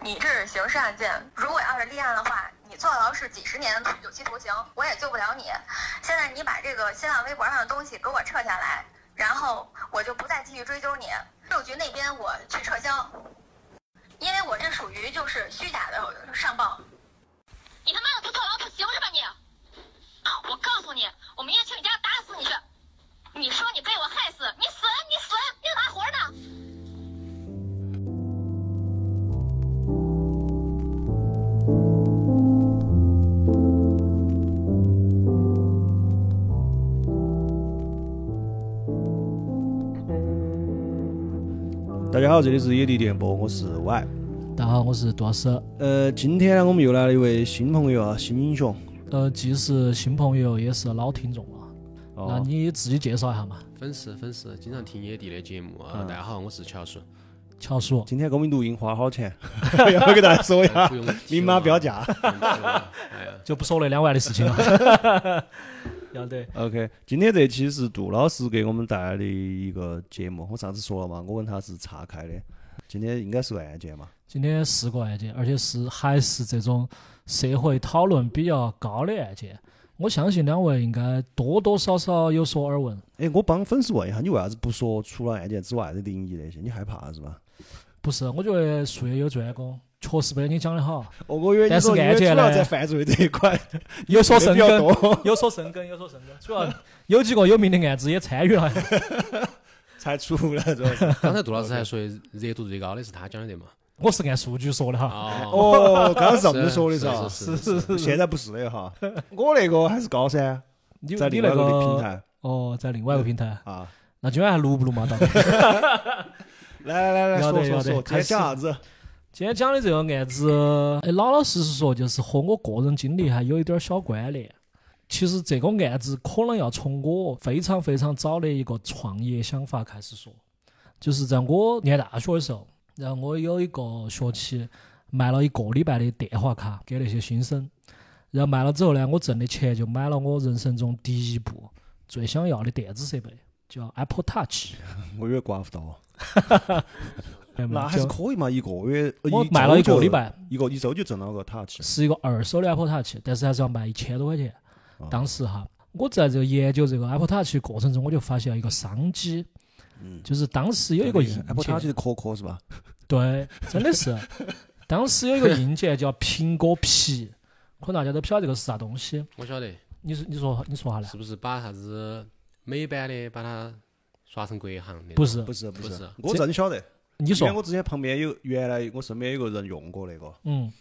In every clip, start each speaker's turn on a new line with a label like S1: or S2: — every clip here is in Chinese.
S1: 你这是刑事案件，如果要是立案的话，你坐牢是几十年有期徒刑，我也救不了你。现在你把这个新浪微博上的东西给我撤下来，然后我就不再继续追究你。税务局那边我去撤销，因为我这属于就是虚假的上报。
S2: 你他妈的不坐牢不行是吧你？啊我告诉你，我明天去你家打死你去！你说你被我害死，你损你损，你怎么还活着呢？
S3: 大家好，这里是野地电波，我是 Y。
S4: 大家好，我是杜老师。
S3: 呃，今天呢，我们又来了一位新朋友啊，新英雄。
S4: 呃，既是新朋友，也是老听众了。那
S3: 哦，
S4: 你自己介绍一下嘛，
S5: 粉丝粉丝经常听野地的节目啊，
S3: 嗯
S5: 大家好，我是 乔叔，
S4: 乔叔。
S3: 今天给我们录音花了好钱， 要给大家说一下
S5: 哎不，用提
S3: 明码
S5: 了
S3: 标价。
S5: 不用提了哎呀，
S4: 就不说那两万的事情了。 要得，
S3: OK，今天这期是杜老师给我们带来的一个节目。我上次说了嘛，我跟他是岔开的。今天应该是个案件嘛，
S4: 今天是个案件，而且是还是这种社会讨论比较高的案件。我相信两位应该多多少少有所耳闻，
S3: 哎，我帮粉丝问一下，你为啥子不说除了案件之外的灵异那些？你害怕是吧？
S4: 不是？我觉得术业有专攻，确实没得你讲的好，
S3: 哦，我以为
S4: 但是案件呢
S3: 犯罪这一块
S4: 有所深
S3: 比较
S4: 耕，
S3: 多，
S4: 有所深耕，有所深耕。主要有几个有名的案子也参与了。
S3: 才出来主要是。
S5: 刚才杜老师还说热度最高的是他讲的嘛？
S4: 我是按数据说的哈，
S5: 哦，
S3: 哦，刚刚是这么说的是吧？
S5: 是是是，
S3: 现在不是的哈，我那个还是高噻，
S4: 你
S3: 在
S4: 你
S3: 另外
S4: 那
S3: 一个平
S4: 个
S3: 台
S4: 哦，在另外一个平台，
S3: 啊。
S4: 那今晚还录不录嘛？到底
S3: 来来来，说
S4: 要得
S3: 说
S4: 要得
S3: 说，今
S4: 开
S3: 天
S4: 始
S3: 讲啥子？
S4: 今天讲的这个案子，哎，老老实实说，就是和我个人经历还有一点儿小关联。其实这个案子可能要从我非常非常早的一个创业想法开始说，就是在我念大学的时候，然后我有一个学期卖了一个礼拜的电话卡给那些新生，然后卖了之后呢，我挣的钱就买了我人生中第一部最想要的电子设备，叫 Apple Touch。
S3: 我以为刮不到，
S4: 明白吗
S3: 那还是
S4: 就
S3: 可以嘛，一个月
S4: 我卖了一个礼，
S3: 周
S4: 拜，
S3: 就一个一周就挣了个 touch
S4: 是一个二手的 Apple Touch，但是还是要卖一千多块钱。
S3: 哦
S4: 当时哈，我在这个研究这个 Apple Touch 的过程中，我就发现了一个商机，
S3: 嗯
S4: 就是当时有一个硬件，
S3: ，Apple Touch 的壳壳是吧？
S4: 对，真的是，当时有一个硬件叫苹果皮，可能大家都不晓得这个是啥东西。
S5: 我晓得，
S4: 你说你说你说下来
S5: 是，不是把啥子美版的把它刷成国行的？
S4: 不，是？
S3: 不是不
S5: 不
S3: 是
S5: 是，
S3: 我真晓得，
S4: 你
S3: 因为
S4: 说，
S3: 我之前旁边有原来我身边有个人用过那个，
S4: 嗯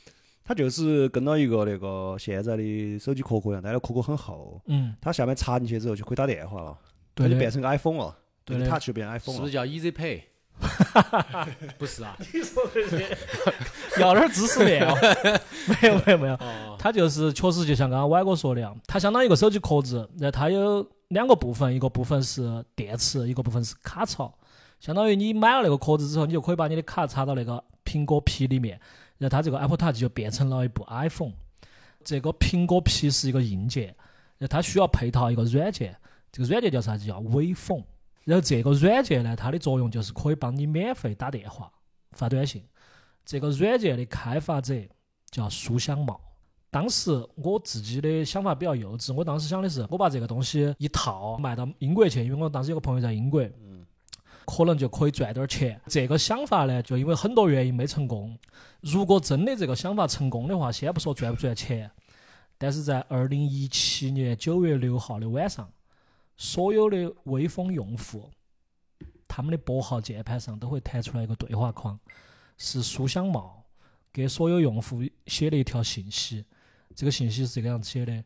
S3: 他就是跟到一个那个现在的手机壳壳一样，但是壳壳很厚，
S4: 嗯，
S3: 它下面插进去之后就可以打电话了，它
S4: 对
S3: 就变
S4: 的，
S3: 成个 iPhone 了，
S4: 对的
S3: 它就变
S5: 是
S3: iPhone
S5: 不
S3: 了
S5: 是。叫 Easy Pay？不是啊，
S4: 要点儿知识面哦。没有没有没有，
S5: 哦，
S4: 它就是确实就像刚刚歪哥说的，样，它相当于一个手机壳子，然后它有两个部分，一个部分是电池，一个部分是卡槽，相当于你买了那个壳子之后，你就可以把你的卡插到那个苹果皮里面，然后它这个 Apple Touch 就变成了一部 iPhone。这个苹果皮是一个硬件，然后它需要配套一个软件，这个软件叫啥子？叫微风。然后这个软件呢，它的作用就是可以帮你免费打电话、发短信。这个软件的开发者叫书香茂。当时我自己的想法比较幼稚，我当时想的是，我把这个东西一套卖到英国去，因为我当时有个朋友在英国，可能就可以赚点儿钱。这个想法呢，就因为很多原因没成功。如果真的这个想法成功的话，先不说赚不赚钱，但是在二零一七年九月六号的晚上，所有的微风用户，他们的拨号键盘上都会弹出来一个对话框，是书香茂给所有用户写了一条信息。这个信息是这个样子写的：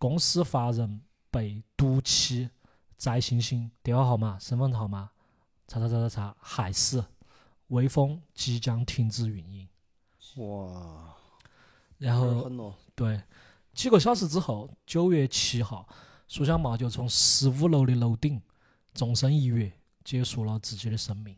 S4: 公司法人被毒气翟星星电话号码、身份号码，叉叉叉叉叉害死，微风即将停止运营。
S3: 哇，
S4: 然
S3: 有点
S4: 后
S3: 狠了，
S4: 对，几个小时之后，九月七号，苏小茂就从十五楼的楼顶纵身一跃，结束了自己的生命。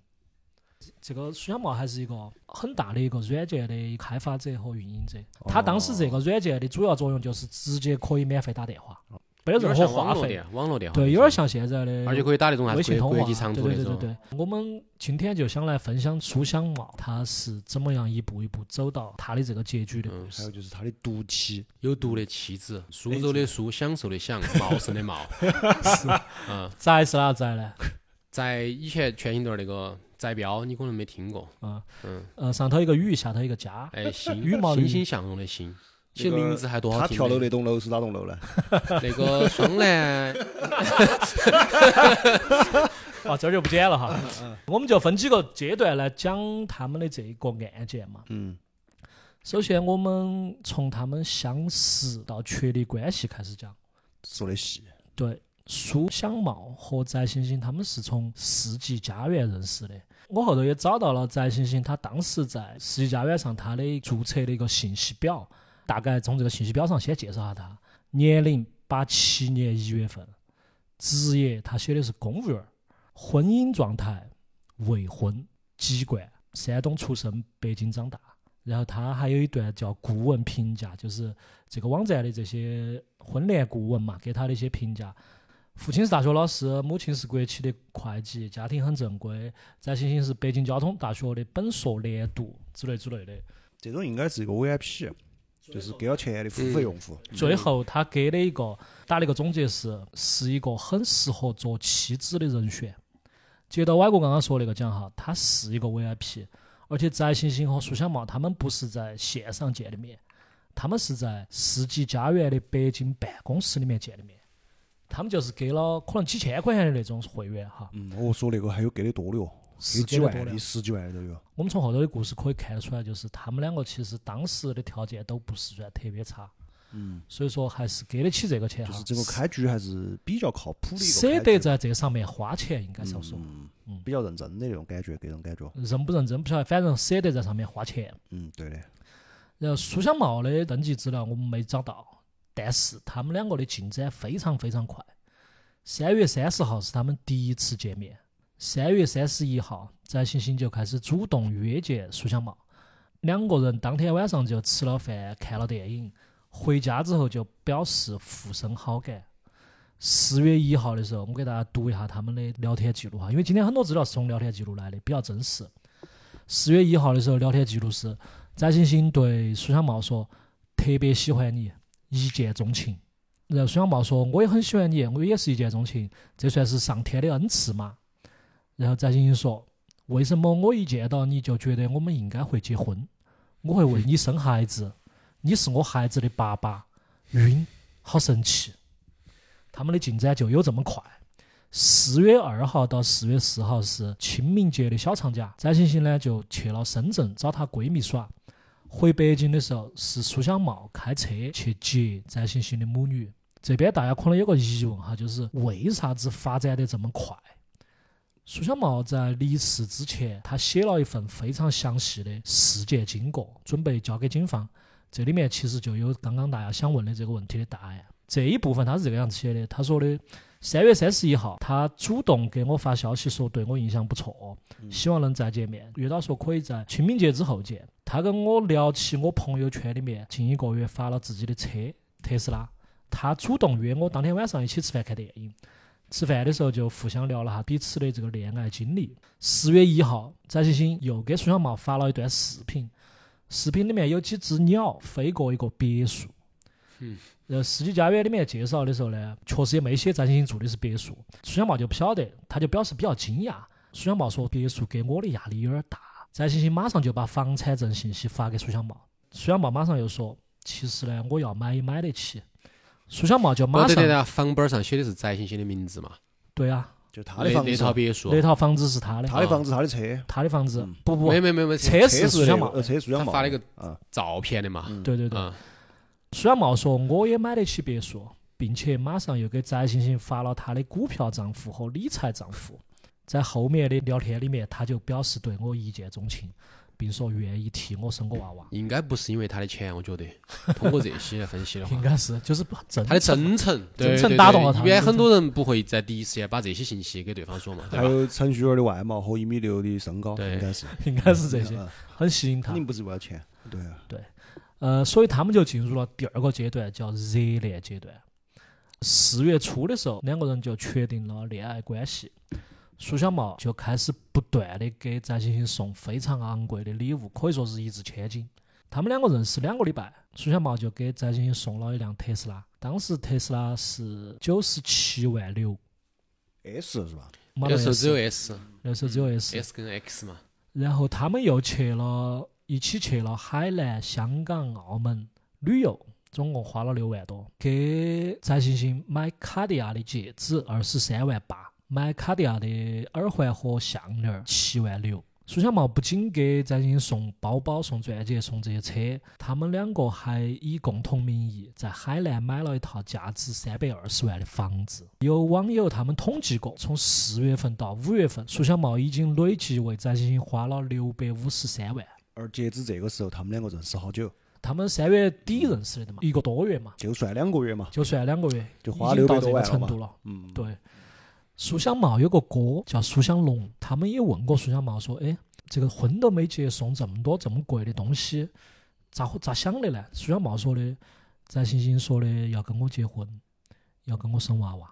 S4: 这个苏小茂还是一个很大的一个软件的开发者和运营者，他当时这个软件的主要作用就是直接可以免费打电话。没
S5: 有
S4: 得任
S5: 点
S4: 何
S5: 像网
S4: 话
S5: 络
S4: 费
S5: 的，网络电话，
S4: 对，有点，像现在的
S5: 而且可以打那种还
S4: 微信
S5: 是
S4: 通
S5: 国
S4: 话，
S5: 国际长
S4: 对
S5: 途
S4: 对对
S5: 那
S4: 对
S5: 种。
S4: 对。我们今天就想来分享书香茂他是怎么样一步一步走到他的这个结局的。
S5: 嗯，
S3: 还有就是他的毒气，
S5: 有毒的妻子，苏州的苏，享受的享，茂盛的茂。 嗯，
S4: 宅是哪宅呢？
S5: 在以前全新段那个摘标，你可能没听过。
S4: 啊，
S5: 嗯，
S4: 呃，上头一个雨，下头一个家。
S5: 哎，欣
S4: 羽毛的
S5: 欣
S4: 羽
S5: 欣向荣的欣，其实
S3: 那个
S5: 名字还多好
S3: 他
S5: 听。
S3: 跳楼那栋楼是哪栋楼呢？
S5: 那个双哦男，
S4: 啊，这儿就不剪了哈。 我们就分几个阶段来讲他们的这个案件嘛。
S3: 嗯，
S4: 首先，我们从他们相识到确立关系开始讲。
S3: 说的细，
S4: 对，苏香茂和翟欣欣他们是从世纪佳缘认识的。我后头也找到了翟欣欣，她当时在世纪佳缘上她的注册的一个信息表，大概从这个信息表上先介绍下她：年龄八七年一月份，职业她写的是公务员儿，婚姻状态未婚，籍贯山东出生，北京长大。然后她还有一段叫顾问评价，就是这个网站的这些婚恋顾问嘛，给他的一些评价。父亲是大学老师，母亲是国企的会计，家庭很正规。翟欣欣是北京交通大学的本硕连读之类之类的。
S3: 这种应该是一个 VIP，就是啊给了钱的付费用户。
S4: 嗯最后他给了一个打了一个总结是，是一个很适合做妻子的人选。接到歪哥刚刚说那个讲哈，他是一个 VIP，而且翟欣欣和苏小茂他们不是在线上见的面，他们是在世纪佳缘的北京办公室里面见的面。他们就是给了可能几千块钱的那种会员哈，
S3: 嗯，我说那个还有给的多的哦，
S4: 是
S3: 给几
S4: 给的多
S3: 万
S4: 的
S3: 的、。十几万的都有。
S4: 我们从后头的故事可以看得出来，就是他们两个其实当时的条件都不是算特别差，
S3: 嗯，
S4: 所以说还是给得起这个钱哈。
S3: 就是整个开局还是比较靠谱的一个开局，
S4: 舍得在这上面花钱，应该是说
S3: 嗯
S4: 嗯，
S3: 比较认真的那种感觉，给人感觉。
S4: 认不认真不晓得，反正舍得在上面花钱。
S3: 嗯，对的。
S4: 然后苏小茂的登记资料我们没找到，但是他们两个的进展非常非常快。三月三十号是他们第一次见面，三月三十一号，翟欣欣就开始主动约见苏小茂，两个人当天晚上就吃了饭，看了电影，回家之后就表示互生好感。四月一号的时候，我们给大家读一下他们的聊天记录哈，因为今天很多资料是从聊天记录来的，比较真实。四月一号的时候，聊天记录是翟欣欣对苏小茂说：“特别喜欢你，一见钟情。”然后苏小茂说：“我也很喜欢你，我也是一见钟情，这算是上天的恩赐嘛。”然后翟欣欣说：“为什么我一见到你就觉得我们应该会结婚？我会为你生孩子，你是我孩子的爸爸。”晕，好神奇！他们的进展就有这么快。四月二号到四月四号是清明节的小长假，翟欣欣呢就去了深圳找她闺蜜耍。回北京的时候是苏小茂开车去接翟欣欣的母女。这边大家可能有个疑问哈，就是为啥子发展得这么快？苏小茂在离世之前，他写了一份非常详细的事件经过，准备交给警方。这里面其实就有刚刚大家想问的这个问题的答案。这一部分他是这个样子写的，他说的三月三十一号，他主动给我发消息说对我印象不错，希望能再见面。约到说可以在清明节之后见。他跟我聊起我朋友圈里面近一个月发了自己的车特斯拉，他主动约我当天晚上一起吃饭看电影。吃饭的时候就互相聊了下彼此的这个恋爱经历。四月一号，翟欣欣又给苏小茂发了一段视频，视频里面有几只鸟飞过一个别墅。
S5: 嗯。
S4: 然后世纪佳缘里面介绍的时候呢，确实也没写翟欣欣住的是别墅，苏小茂就不晓得，他就表示比较惊讶。苏小茂说别墅给我的压力有点大，翟欣欣马上就把房产证信息发给苏小茂，苏小茂马上又说，其实呢，我要买也买得起。苏小茂就马
S5: 哦对
S4: 上
S5: 对对，房本儿上写的是翟欣欣的名字嘛，
S4: 对啊，
S3: 就他
S5: 那
S3: 的房
S5: 那套
S3: 子，
S5: 别墅啊
S4: 那，套房子是他的，
S3: 他的房子，他的车，
S4: 他的房子
S3: 嗯，
S4: 不不
S5: 没，没没没，
S4: 车
S3: 车
S4: 是
S3: 是
S4: 苏
S3: 那
S4: 小
S3: 个
S4: 茂的嗯
S3: 呃，，车是苏小
S5: 他
S3: 茂
S5: 发了一个
S3: 啊，
S5: 照片的嘛，
S4: 对对对。
S5: 啊，
S4: 苏小茂说：“我也买得起别墅，并且马上又给翟欣欣发了他的股票账户和理财账户。”在后面的聊天里面，他就表示对我一见钟情，并说愿意替我生个娃娃。
S5: 应该不是因为他的钱，我觉得通过这些来分析 的话
S4: 应。该是，就是真
S5: 他的真诚，对
S4: 真诚
S5: 对
S4: 打
S5: 对
S4: 动了他
S5: 一般
S4: 真
S5: 很多人不会在第一时间把这些信息给对方说嘛，对
S3: 还
S5: 吧？
S3: 有程序员的外貌和一米六的身高，
S5: 对
S3: 应该是
S4: 应该是这些，
S3: 嗯
S4: 很吸引
S3: 肯
S4: 他。
S3: 定不是为了钱，对啊，
S4: 呃，所以他们就进入了第二个阶段，叫热恋阶段。四月初的时候，两个人就确定了恋爱关系。苏小茂就开始不断的给翟欣欣送非常昂贵的礼物，可以说是一掷千金。他们两个认识两个礼拜，苏小茂就给翟欣欣送了一辆特斯拉，当时特斯拉是九十七万六，
S3: S 是吧？
S4: 马
S5: 那
S4: 达
S5: 时候
S4: S，
S5: 只有 S
S4: 那时候只有 S。
S5: S 跟 X 嘛，
S4: 然后他们又去了，一起去了海南、香港、澳门旅游，总共花了六万多，给翟欣欣买卡地亚的戒指二十三万八，买卡地亚的耳环和项链七万六。苏小茂不仅给翟欣欣送包包、送钻戒、送这些车，他们两个还以共同名义在海南买了一套价值三百二十万的房子。有网友他们统计过，从四月份到五月份，苏小茂已经累计为翟欣欣花了六百五十三万。
S3: 而截至这个时候，他们两个认识好久？
S4: 他们三月底认识的嘛，一个多月嘛，
S3: 就算两个月嘛。
S4: 就算两个月，
S3: 就
S4: 已
S3: 花
S4: 经
S3: 600
S4: 到
S3: 多
S4: 这个
S3: 万了
S4: 程
S3: 嘛
S4: 度了。
S3: 嗯，
S4: 对，苏小茂有个哥叫苏小龙，他们也问过苏小茂说：“哎，这个婚都没结，送这么多这么贵的东西，咋咋想的呢？”苏小茂说的，翟欣欣说的要跟我结婚，要跟我生娃娃。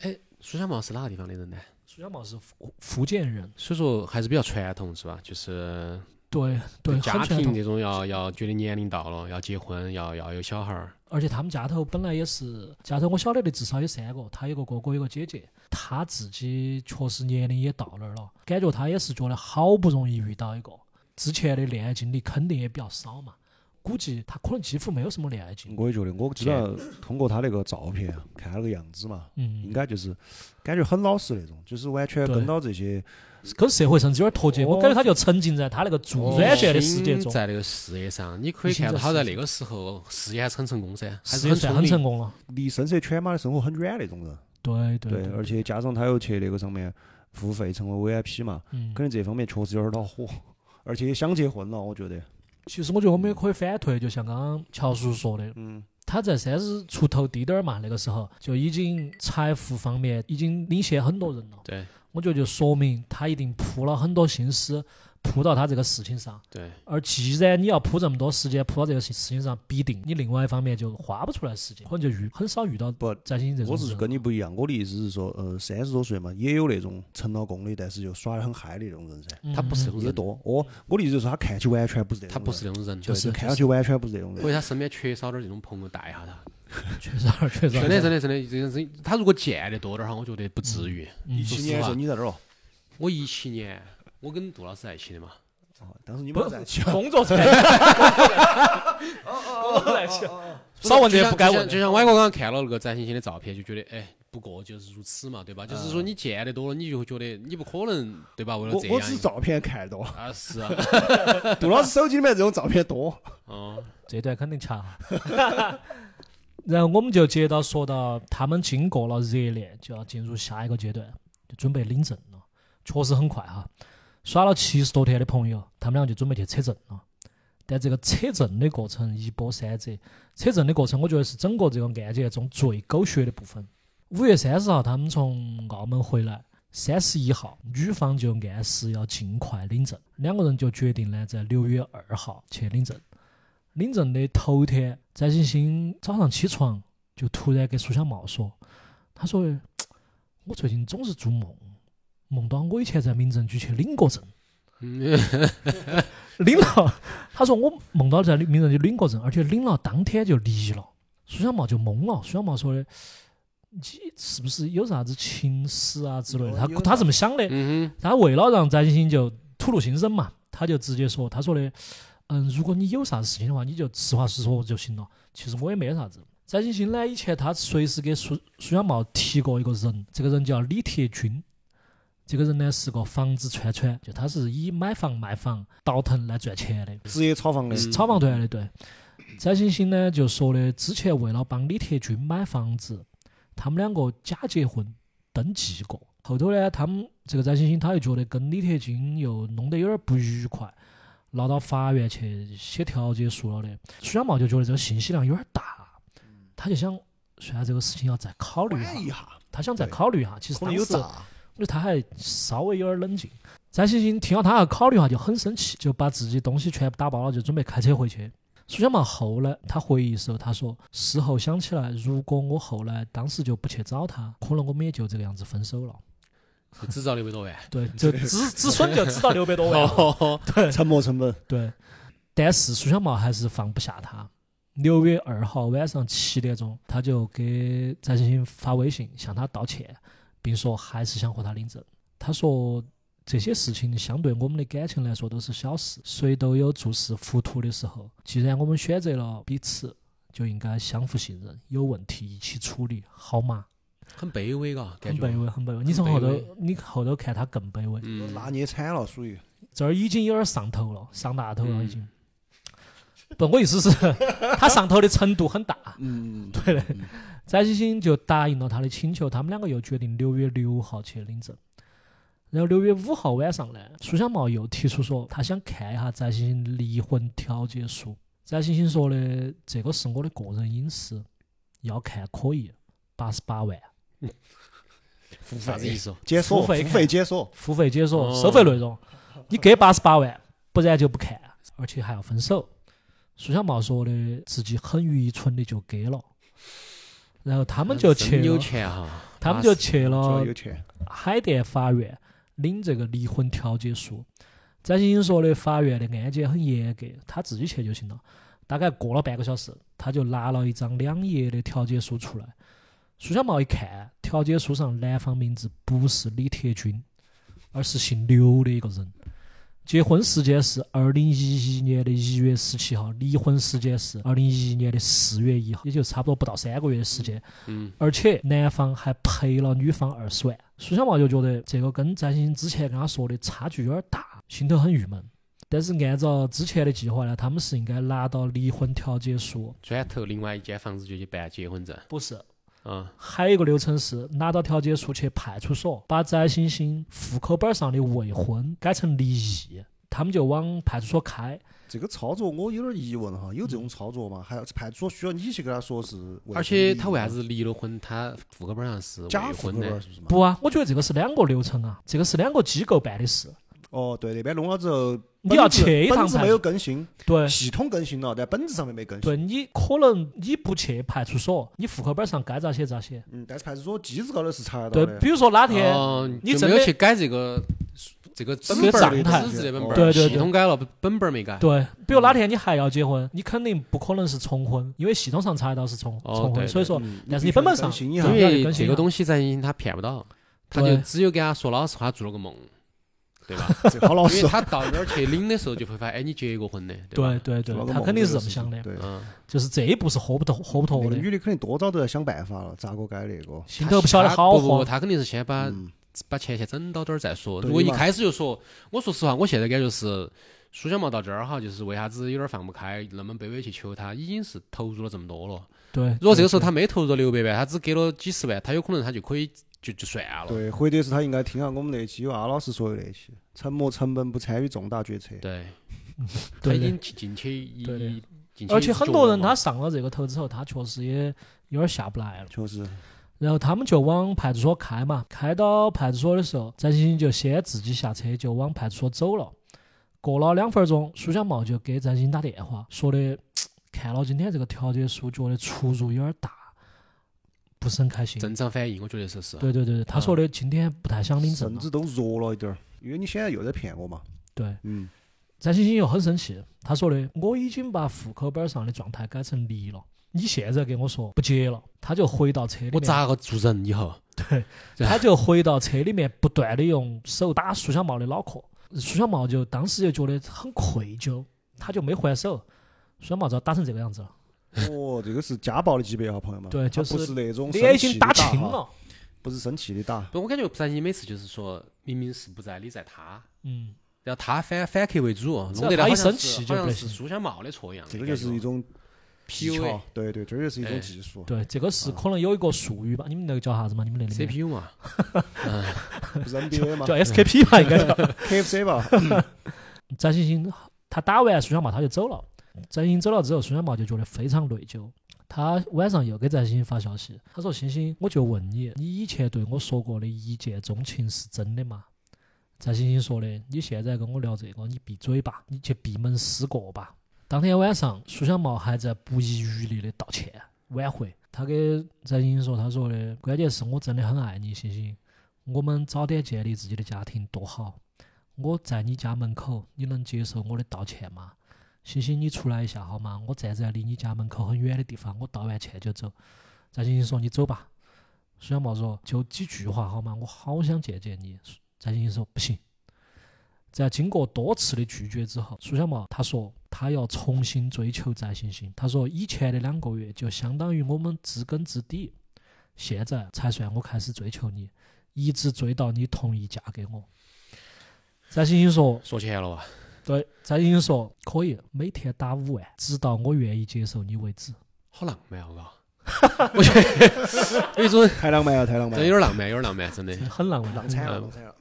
S5: 哎，苏小茂是哪个地方的人呢？
S4: 苏小茂是福福建人，
S5: 所以说还是比较传统是吧？就是
S4: 对对，
S5: 家
S4: 很传
S5: 庭
S4: 统，
S5: 那种要要觉得年龄到了要结婚要要有小孩儿，
S4: 而且他们家头本来也是家头，我晓得的至少有三个，他有个哥哥，有个姐姐。他自己确实年龄也到那儿了，感觉他也是觉得好不容易遇到一个，之前的恋爱经历肯定也比较少嘛，估计他可能几乎没有什么恋爱经历。
S3: 我也觉得，我基本上通过他那个照片啊看那个样子嘛，应
S4: 嗯，
S3: 该就是感觉很老实那种，就是完全
S4: 对
S3: 跟到这些
S4: 跟社会甚至有点脱节，
S3: 哦
S4: 我感觉他就沉浸在他那个做软件的世界
S5: 哦心
S4: 中，
S5: 在那个事业上，你可以
S4: 心
S5: 看到
S4: 在
S5: 他在
S4: 世
S5: 那个时候事业还是很成功噻，还
S4: 事
S5: 是
S4: 业
S5: 很
S4: 算
S5: 聪
S4: 很成
S5: 明。
S4: 功了。
S3: 离深色犬马的生活很远那种人。
S4: 对对
S3: 对，而且加上他又去那个上面付费成为 VIP 嘛，
S4: 嗯
S3: 可，能这方面确实有点恼火，而且也想结婚了，我觉得。
S4: 其实我觉得我们也可以反推，就像刚刚乔叔说的，
S3: 嗯，
S4: 他在三十出头低点儿嘛，那个时候就已经财富方面已经领先很多人了。
S5: 对
S4: 我觉得就说明他一定扑了很多心思，扑到他这个事情上。
S5: 对，
S4: 而既然你要扑这么多时间扑到这个事情上，必定你另外一方面就花不出来时间，可能就遇很少遇到
S3: 不
S4: 翟欣欣这种
S3: 我是
S4: 人
S3: 跟你不一样，我的意思是说，呃，三十多岁嘛，也有那种成了功的，但是又耍得很嗨的那种人噻，
S4: 嗯
S5: 他不是那种
S3: 也
S5: 人，
S3: 多。我我的意思就是，他看起完全不是这种人，
S5: 他不是那种人，
S4: 就
S5: 对
S4: 是
S3: 看上去完全不是这种
S5: 或者
S3: 人。
S5: 他身边缺少点这种朋友带一下他。
S4: 确 实 二确实
S5: 真的真的真的，这个是他如果见得多点儿哈，我觉得不至于。
S4: 嗯
S3: 一
S5: 说
S3: 七
S5: 实
S3: 年的时
S5: 话
S3: 候你在哪儿哦？
S5: 我一七年，我跟杜老师在一起的嘛，
S3: 哦当时你
S4: 不
S3: 们在一起啊。
S4: 工 作才
S3: 哦
S4: 工作才行，少问
S5: 就
S4: 这些
S5: 像
S4: 不该
S5: 就像
S4: 问
S5: 就
S4: 的。
S5: 像外国刚刚看了那个翟欣欣的照片，就觉得哎，不过就是如此嘛，对
S4: 嗯
S5: 吧？就是说你见得多了，你就会觉得你不可能，对吧？为了
S3: 我
S5: 这
S3: 我只是
S5: 样，
S3: 照片看得多
S5: 啊，是啊，
S3: 杜老师手机里面这种照片多。
S5: 哦，
S4: 这段肯定掐。 然后我们就接到说到他们经过了热恋，就要进入下一个阶段，就准备领证了。确实很快哈，耍了七十多天的朋友，他们俩就准备去扯证了。但这个扯证的过程一波三折，扯证的过程我觉得是整个这个案件中最狗血的部分。五月三十号他们从澳门回来，三十一号女方就暗示要尽快领证，两个人就决定呢在六月二号去领证。领证的头天，翟欣欣早上起床就突然给苏小茂说：“他说嘖我最近总是做梦，梦到我以前在民政局去领过证，
S5: 嗯
S4: 领了。他说我梦到在民政局领过证，而且领了当天就离了。”苏小茂就懵了。苏小茂说的：“你是不是有啥子情史啊之类的？”他
S3: 有有
S4: 他这么想的。
S5: 嗯
S4: 他为了让翟欣欣就吐露心声嘛，他就直接说，他说的，嗯，如果你有啥事情的话，你就实话实说就行了。其实我也没啥子。翟欣欣呢，以前他随时给苏苏小茂提过一个人，这个人叫李铁军。这个人呢是个房子串串，就他是以买房卖房倒腾来赚钱的。
S3: 职业炒房的，
S4: 是炒房团的，啊对。翟欣欣呢就说的，之前为了帮李铁军买房子，他们两个假结婚登记过。后头呢，他们这个翟欣欣他又觉得跟李铁军又弄得有点不愉快，拿到法院去写调解书了的。苏小茂就觉得这个信息量有点大，他就想，算了，这个事情要再考虑一下
S3: 管。一下，
S4: 他想再
S3: 嗯对啊
S4: 考虑一下，其实
S3: 可
S4: 当
S3: 能
S4: 时啊
S3: 有
S4: 我
S3: 诈。
S4: 觉得他还稍微有点冷静。翟欣欣听到他要考虑一下，就很生气，就把自己东西全部打包了，就准备开车回去。苏小曼后来她回忆的时候，她说事后想起来，如果我后来当时就不去找他，可能我们也就这个样子分手了。
S5: 就只找六百多万。
S4: 对，就止止损就知道六百多万了。
S5: 哦，
S3: 沉没成本，
S4: 对，但是苏小茂还是放不下他。六月二号晚上七点钟，他就给翟星星发微信向他道歉，并说还是想和他领证。他说这些事情相对我们的感情来说都是小事，谁都有做事糊涂的时候。既然我们选择了彼此，就应该相互信任，有问题一起处理，好吗？
S5: 很卑微，嘎，感
S4: 很
S5: 觉
S4: 卑微，很卑微。你从后头
S5: 卑微，
S4: 你后头看他更卑微。
S5: 嗯，
S3: 拿捏惨了，属于
S4: 这儿已经有点上头了，上大头了
S5: 嗯
S4: 已经。不，我意思是， 他上头的程度很大。
S3: 嗯，
S4: 对的，翟欣欣就答应了他的请求，他们两个又决定六月六号去领证。然后六月五号晚上呢，苏小茂又提出说，他想看一下翟欣欣的离婚调解书。翟欣欣说的这个是我的个人隐私，要看可以，八十八万，
S5: 付啥子意思哦？
S3: 解锁
S4: 付
S3: 付
S4: 费
S3: 费解锁，
S4: 付费解锁，
S5: 哦
S4: 收费内容，你给八十八万，不然就不看，而且还要分手。苏小茂说的自己很愚蠢的就给了，然后他们就去
S5: 真有
S4: 了，
S5: 钱啊哈，
S4: 他们就去
S3: 主要
S4: 了
S3: 有钱，
S4: 海淀法院领这个离婚调解书。翟欣欣说的，法院的案件很严格，他自己去就行了。大概过了半个小时，他就拿了一张两页的调解书出来。苏小茂一看，调解书上男方名字不是李铁军，而是姓刘的一个人。结婚时间是二零一一年的一月十七号，离婚时间是二零一一年的四月一号，也就差不多不到三个月的时间。
S5: 嗯，
S4: 而且男方还赔了女方二十万。苏小茂就觉得这个跟翟欣欣之前跟他说的差距有点大，心头很郁闷。但是按照之前的计划呢，他们是应该拿到离婚调解书，
S5: 转头另外一间房子就去办结婚证
S4: 不是？
S5: 啊。
S4: 还有一个流程是拿到调解书去派出所，把翟欣欣户口本上的未婚改成离异，他们就往派出所开。
S3: 这个操作我有点疑问哈，有这种操作吗？还要派出所需要你去跟他说是未婚离异吗？
S5: 而且他为啥子离了婚，他户口本上是未
S3: 假户
S5: 婚
S3: 口
S5: 呢
S3: 本？是不是嘛？
S4: 不啊，我觉得这个是两个流程啊，这个是两个机构办的事。
S3: 哦，对，那边弄了之后，
S4: 你要
S3: 本质
S4: 去一趟
S3: 本质
S4: 才
S3: 没有更新，
S4: 对，
S3: 系统更新了，但本质上面没更新。
S4: 对你可能你不去派出所，你户口本上该咋写咋写。
S3: 嗯，但是派出所机制高头是查得到
S4: 对，
S3: 的。
S4: 比如说哪天、
S5: 哦，
S4: 你
S5: 就
S4: 真
S5: 没有
S4: 的
S5: 去改这个这个资
S4: 这个
S5: 本
S4: 账态
S5: 资质的本本儿，
S4: 哦对对对
S5: 系统改了，本本儿没改。
S4: 对，比如哪天你还要结婚，你肯定不可能是重婚，因为系统上查得到是重、
S5: 哦
S4: 重
S5: 对
S4: 婚，
S5: 对
S4: 所以说，
S3: 嗯
S4: 但是
S3: 必须
S4: 你本本
S3: 更
S4: 上
S3: 新一
S4: 对
S3: 下
S5: 因
S4: 要去
S5: 为
S4: 更新
S5: 这个
S4: 啊
S5: 东西咱他骗不到，他就
S4: 对
S5: 只有给他说老实话，做了个梦，对吧？
S3: 这好老
S5: 因
S3: 实
S5: 为
S3: 哦，
S5: 他到那儿去领的时候就会发现，哎，你结过婚的，
S4: 对
S5: 吧？
S4: 对对
S3: 做了，个
S4: 他
S3: 梦
S4: 肯定是
S3: 这
S4: 这
S3: 个
S4: 么
S3: 事
S4: 想
S3: 情
S4: 的，
S3: 对，
S5: 嗯，
S4: 就是这一步是活不脱活不脱
S3: 那个
S4: 的，
S3: 女的肯定多早都要想办法了，咋个该那个？
S4: 心头不晓得好
S5: 不不不，
S4: 活。
S5: 他肯定是先
S4: 啊
S5: 把
S3: 嗯，
S5: 把钱先整到点儿再说。
S3: 对
S5: 如果一
S3: 嘛
S5: 开始就说，我说实话，我现在感觉是苏小茂到这儿哈，就是为啥子有点放不开，那么卑微去求他，已经是投入了这么多了。
S4: 对，
S5: 如果这个时候他没投入六百万，他只给了几十万，他有可能他就可以就就算了。
S3: 对，或者是他应该听下我们那期有阿老师说的那期，沉没成本不参与重大决策。
S5: 对，他
S4: 对对
S5: 已经进进去一
S4: 对的，
S5: 进去
S4: 而且很多人
S5: 一脚了
S4: 他
S5: 嘛
S4: 上了这个头之后，他确实也有点下不来了。
S3: 确实，
S4: 然后他们就往派出所开嘛，开到派出所的时候，翟欣欣就先自己下车就往派出所走了。过了两分钟，苏小茂就给翟欣欣打电话，说的看了今天这个调解书，觉得出入有点大，不是很开心。
S5: 正常反应，我觉得是是。
S4: 对对对对，他说的今天不太想领证
S3: 甚
S4: 了。
S3: 至都弱了一点儿，因为你现在又在骗我嘛。
S4: 对，
S3: 嗯，
S4: 翟欣欣又很生气，他说的我已经把户口本上的状态改成离了，你现在给我说不结了，他就回到车里面。
S5: 我咋个做人以后？
S4: 他就回到车里面，不断的用手打苏小茂的脑壳。苏小茂就当时就觉得很愧疚，他就没还手。苏小茂遭打成这个样子了，
S3: 哦，这个是家暴的级别啊，朋友们。
S4: 对
S3: 他
S4: 就是
S3: 不是那种
S4: 脸已
S3: 生气
S4: 经
S3: 的
S4: 打
S3: 打
S4: 青
S3: 哈，
S4: 了。
S3: 不是生气的打。
S5: 不，我感觉翟欣每次就是说，明明是不在理在他，
S4: 嗯，
S5: 然后他反反客为主，哦
S4: 只
S5: 弄
S4: 要
S5: 得
S4: 啊他
S5: 好
S4: 一
S5: 像
S4: 生
S5: 是
S4: 气
S5: 好
S4: 就不
S5: 像
S4: 得
S5: 是
S4: 行
S5: 苏小茂的错一样的
S3: 这
S5: 感
S3: 个
S5: 觉。
S3: 就是一种技
S5: PUA
S3: 巧，对对，这就是一
S5: 哎
S3: 种技术，
S4: 对，这个是可能有一个术语吧，你们那个叫啥子嘛？你们那里面
S5: CPU 嘛，
S3: 不是 NBA 嘛
S4: 叫 SKP 吧，应该叫。
S3: ，KFC 吧，
S4: 翟欣欣他打完啊苏小茂他就走了，翟欣欣走了之后，苏小茂就觉得非常内疚。他晚上又给翟欣欣发消息，他说：“欣欣，我就问你，你以前对我说过的一见钟情是真的吗？”翟欣欣说的：“你现在跟我聊这个，你闭嘴吧，你去闭门思过吧。”当天晚上，苏小茂还在不遗余力的道歉挽回。他给翟欣欣说：“他说的，关键是我真的很爱你，欣欣。我们早点建立自己的家庭多好。我在你家门口，你能接受我的道歉吗？欣欣，你出来一下好吗？我站在离你家门口很远的地方，我道完歉就走。”翟欣欣说：“你走吧。”苏小茂说：“就几句话好吗？我好想见见你。”翟欣欣说：“不行。”在经过多次的拒绝之后，苏小茂他说他要重新追求翟欣欣。他说以前的两个月就相当于我们知根知底，现在才算我开始追求你，一直追到你同意嫁给我。翟欣欣说
S5: 说钱了哇，：“
S4: 对。”翟欣欣说：“可以，每天打五万，直到我愿意接受你为止。
S5: 好浪漫哦， 嘎，我觉得 有一种
S3: 太浪漫了，太浪漫
S5: 真
S3: 了，
S5: 有点浪漫，有点浪漫，真的。”
S4: 很浪漫。
S3: 浪惨了，浪啊惨了。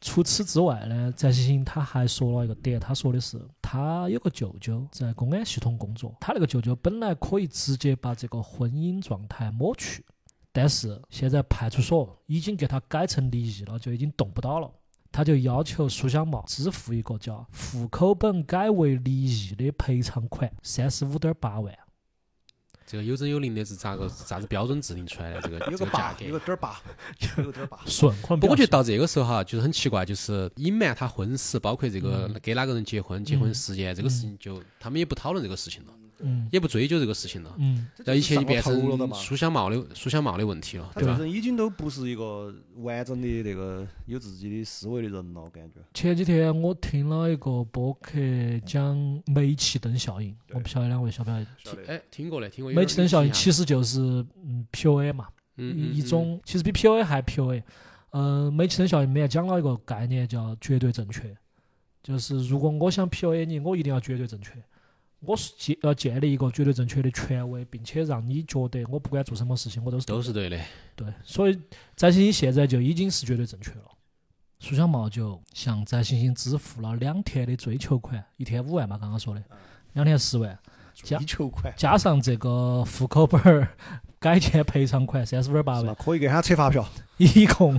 S4: 除此之外呢，翟欣欣她还说了一个点，她说的是她有个舅舅在公安系统工作，她那个舅舅本来可以直接把这个婚姻状态抹去，但是现在派出所已经给他改成离异了，就已经动不到了。他就要求苏小茂支付一个叫户口本改为离异的赔偿款三十五点八万。
S5: 这个有整有零的是咋个啥子标准制定出来的？这个
S3: 有
S5: 这
S3: 个
S5: 个价
S3: 八，
S5: 格
S3: 有个。点儿八，有个点儿八。
S4: 顺款
S5: 不过我觉得
S4: 得
S5: 到这个时候哈，就是很奇怪，就是隐瞒他婚史，包括这个跟哪个人结婚、结婚时间，这个事情就他们也不讨论这个事情了，
S4: 嗯
S5: 也不追究这个事情了，
S4: 嗯
S5: 然后一切就变
S3: 这就是上了头了的
S5: 成
S3: 嘛
S5: 苏小茂的苏小茂的问题了，
S3: 他
S5: 对
S3: 这
S5: 吧？
S3: 人已经都不是一个完整的那个有自己的思维的人了，感觉。
S4: 前几天我听了一个播客讲煤气灯效应，我不晓得两位晓不晓得。
S5: 哎，听过的，听过。
S4: 煤气灯效应其
S5: 实
S4: 实就是嗯 PUA 嘛，
S5: 嗯
S4: 一一种其实比 PUA 还 PUA。嗯，煤气灯效应里面讲了一个概念叫绝对正确，就是如果我想 PUA 你，我一定要绝对正确。我是建要建立一个绝对正确的权威，并且让你觉得我不管做什么事情我都是
S5: 都是对的。
S4: 对，所以翟欣欣现在就已经是绝对正确了。苏小茂就向翟欣欣支付了两天的追求款，一天五万吧，刚刚说的，两天十万，加
S3: 追求款，
S4: 加上这个户口本儿改建赔偿款三十五点八
S3: 是吧？
S4: 万，
S3: 可以给他扯发票。
S4: 一共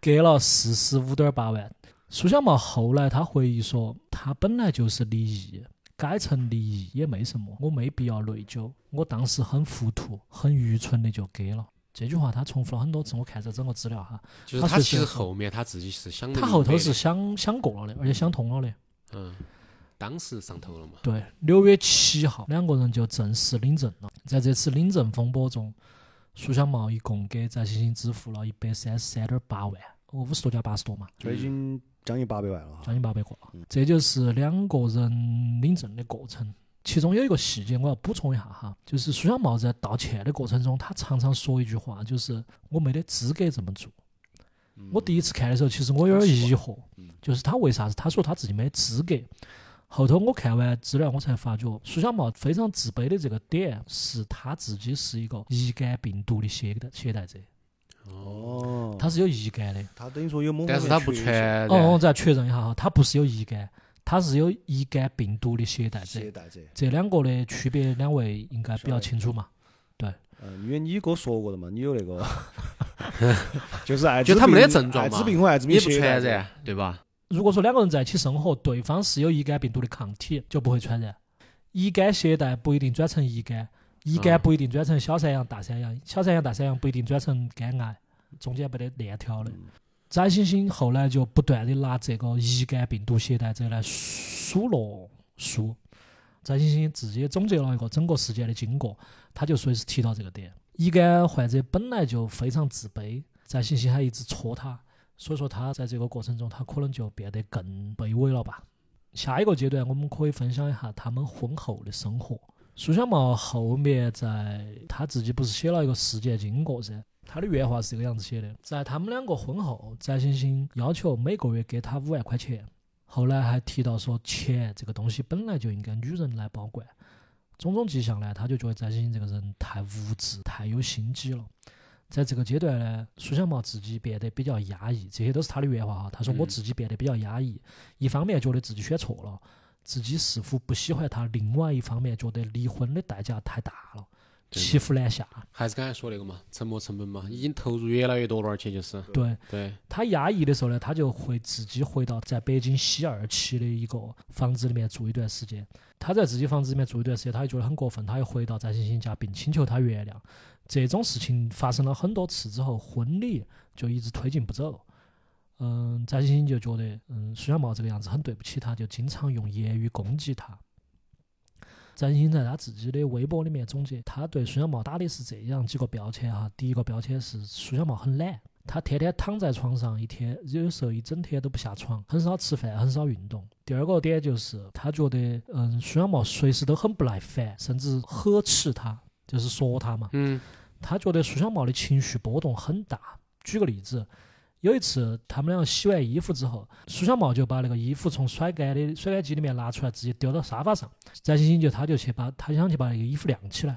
S4: 给了四十五点八万。苏小茂后来他回忆说，他本来就是离异，改成离异也没什么，我没必要内疚，我当时很糊涂、很愚蠢的就给了。这句话他重复了很多次，我看这整个资料哈，
S5: 就是
S4: 他
S5: 他
S4: 是
S5: 其实
S4: 是
S5: 后面他自己是想
S4: 他
S5: 得嗯明
S4: 后头
S5: 白
S4: 是
S5: 的
S4: 想想过了的，而且想通了的。
S5: 嗯，当时上头了嘛。
S4: 对，六月七号，两个人就正式领证了。在这次领证风波中，苏小茂一共给翟欣欣支付了一百三十三点八万，哦，五十多加八十多嘛，
S3: 这已经将近八百万了哈
S4: 将。近八百个了。
S5: 嗯
S4: 这就是两个人领证的过程。其中有一个细节我要补充一下哈，就是苏小茂在道歉的过程中，他常常说一句话，就是我没得资格这么做。
S3: 嗯
S5: 嗯
S4: 我第一次看的时候，其实我有点疑惑，就是他为啥子他说他自己没资格？后头我看完资料，我才发觉苏小茂非常自卑的这个点是他自己是一个乙肝病毒的携带携带者，
S3: 哦，
S4: 他是有乙肝的。
S3: 他等于说有某方面
S5: 但是他不
S3: 缺
S5: 传染。
S4: 哦，我再确认一下哈，他不是有乙肝，他是有乙肝病毒的携带者
S3: 携。带啊者。
S4: 这两个的区别，两位应该比较清楚嘛？
S3: 嗯，因为你给我说过的嘛，你有那 个， 就是艾滋
S5: 就
S3: 病，
S5: 他没得症状
S3: 艾
S5: 嘛
S3: 滋病和艾滋病
S5: 也不
S3: 携带
S5: 传
S3: 者。
S5: 染，对吧？
S4: 如果说两个人在一起生活，对方是有乙肝病毒的抗体，就不会传染。乙肝携带不一定转成乙肝，乙肝
S5: 嗯
S4: 不一定转成小三阳、大三阳，小三阳、大三阳不一定转成肝癌，中间没得链条的。翟欣欣后来就不断的拿这个乙肝病毒携带者来数落数，翟欣欣自己也总结了一个整个事件的经过，他就随时提到这个点。乙肝患者本来就非常自卑，翟欣欣还一直戳他，所以说他在这个过程中，他可能就变得更卑微了吧。下一个阶段，我们可以分享一下他们婚后的生活。苏小茂后面在他自己不是写了一个事件经过噻？他的原话是这个样子写的：在他们两个婚后，翟欣欣要求每个月给他五万块钱，后来还提到说钱这个东西本来就应该女人来保管。种种迹象呢，他就觉得翟欣欣这个人太无知、太有心机了。在这个阶段呢，苏小茂自己变得比较压抑，这些都是他的原话哈。他说
S5: 嗯
S4: 我自己变得比较压抑，一方面觉得自己选错了，自己似乎不喜欢他；另外一方面觉得离婚的代价太大了，
S5: 对
S4: 起伏难下。
S5: 还是刚才说那个嘛，沉没成本嘛，已经投入越来越多了，而且就是
S4: 对
S5: 对，
S4: 他压抑的时候呢，他就会自己回到在北京西二期的一个房子里面住一段时间。他在自己房子里面住一段时间，他又觉得很过分，他又回到翟欣欣家，并请求她原谅。这种事情发生了很多次之后，婚礼就一直推进不走。嗯，翟欣欣就觉得，嗯，苏小茂这个样子很对不起他，就经常用言语嗯攻击他。翟欣欣在他自己的微博里面总结，他对苏小茂打的是这样几个标签哈。第一个标签是苏小茂很懒，他天天躺在床上一天，有时候一整天都不下床，很少吃饭，很少运动。第二个点就是他觉得，嗯，苏小茂随时都很不耐烦，甚至呵斥他，就是说他嘛。
S5: 嗯
S4: 他觉得苏小茂的情绪波动很大。举个例子，有一次他们俩洗完衣服之后，苏小茂就把那个衣服从甩干的甩干机里面拿出来，直接丢到沙发上。翟欣欣就他就去把他想去把那个衣服晾起来，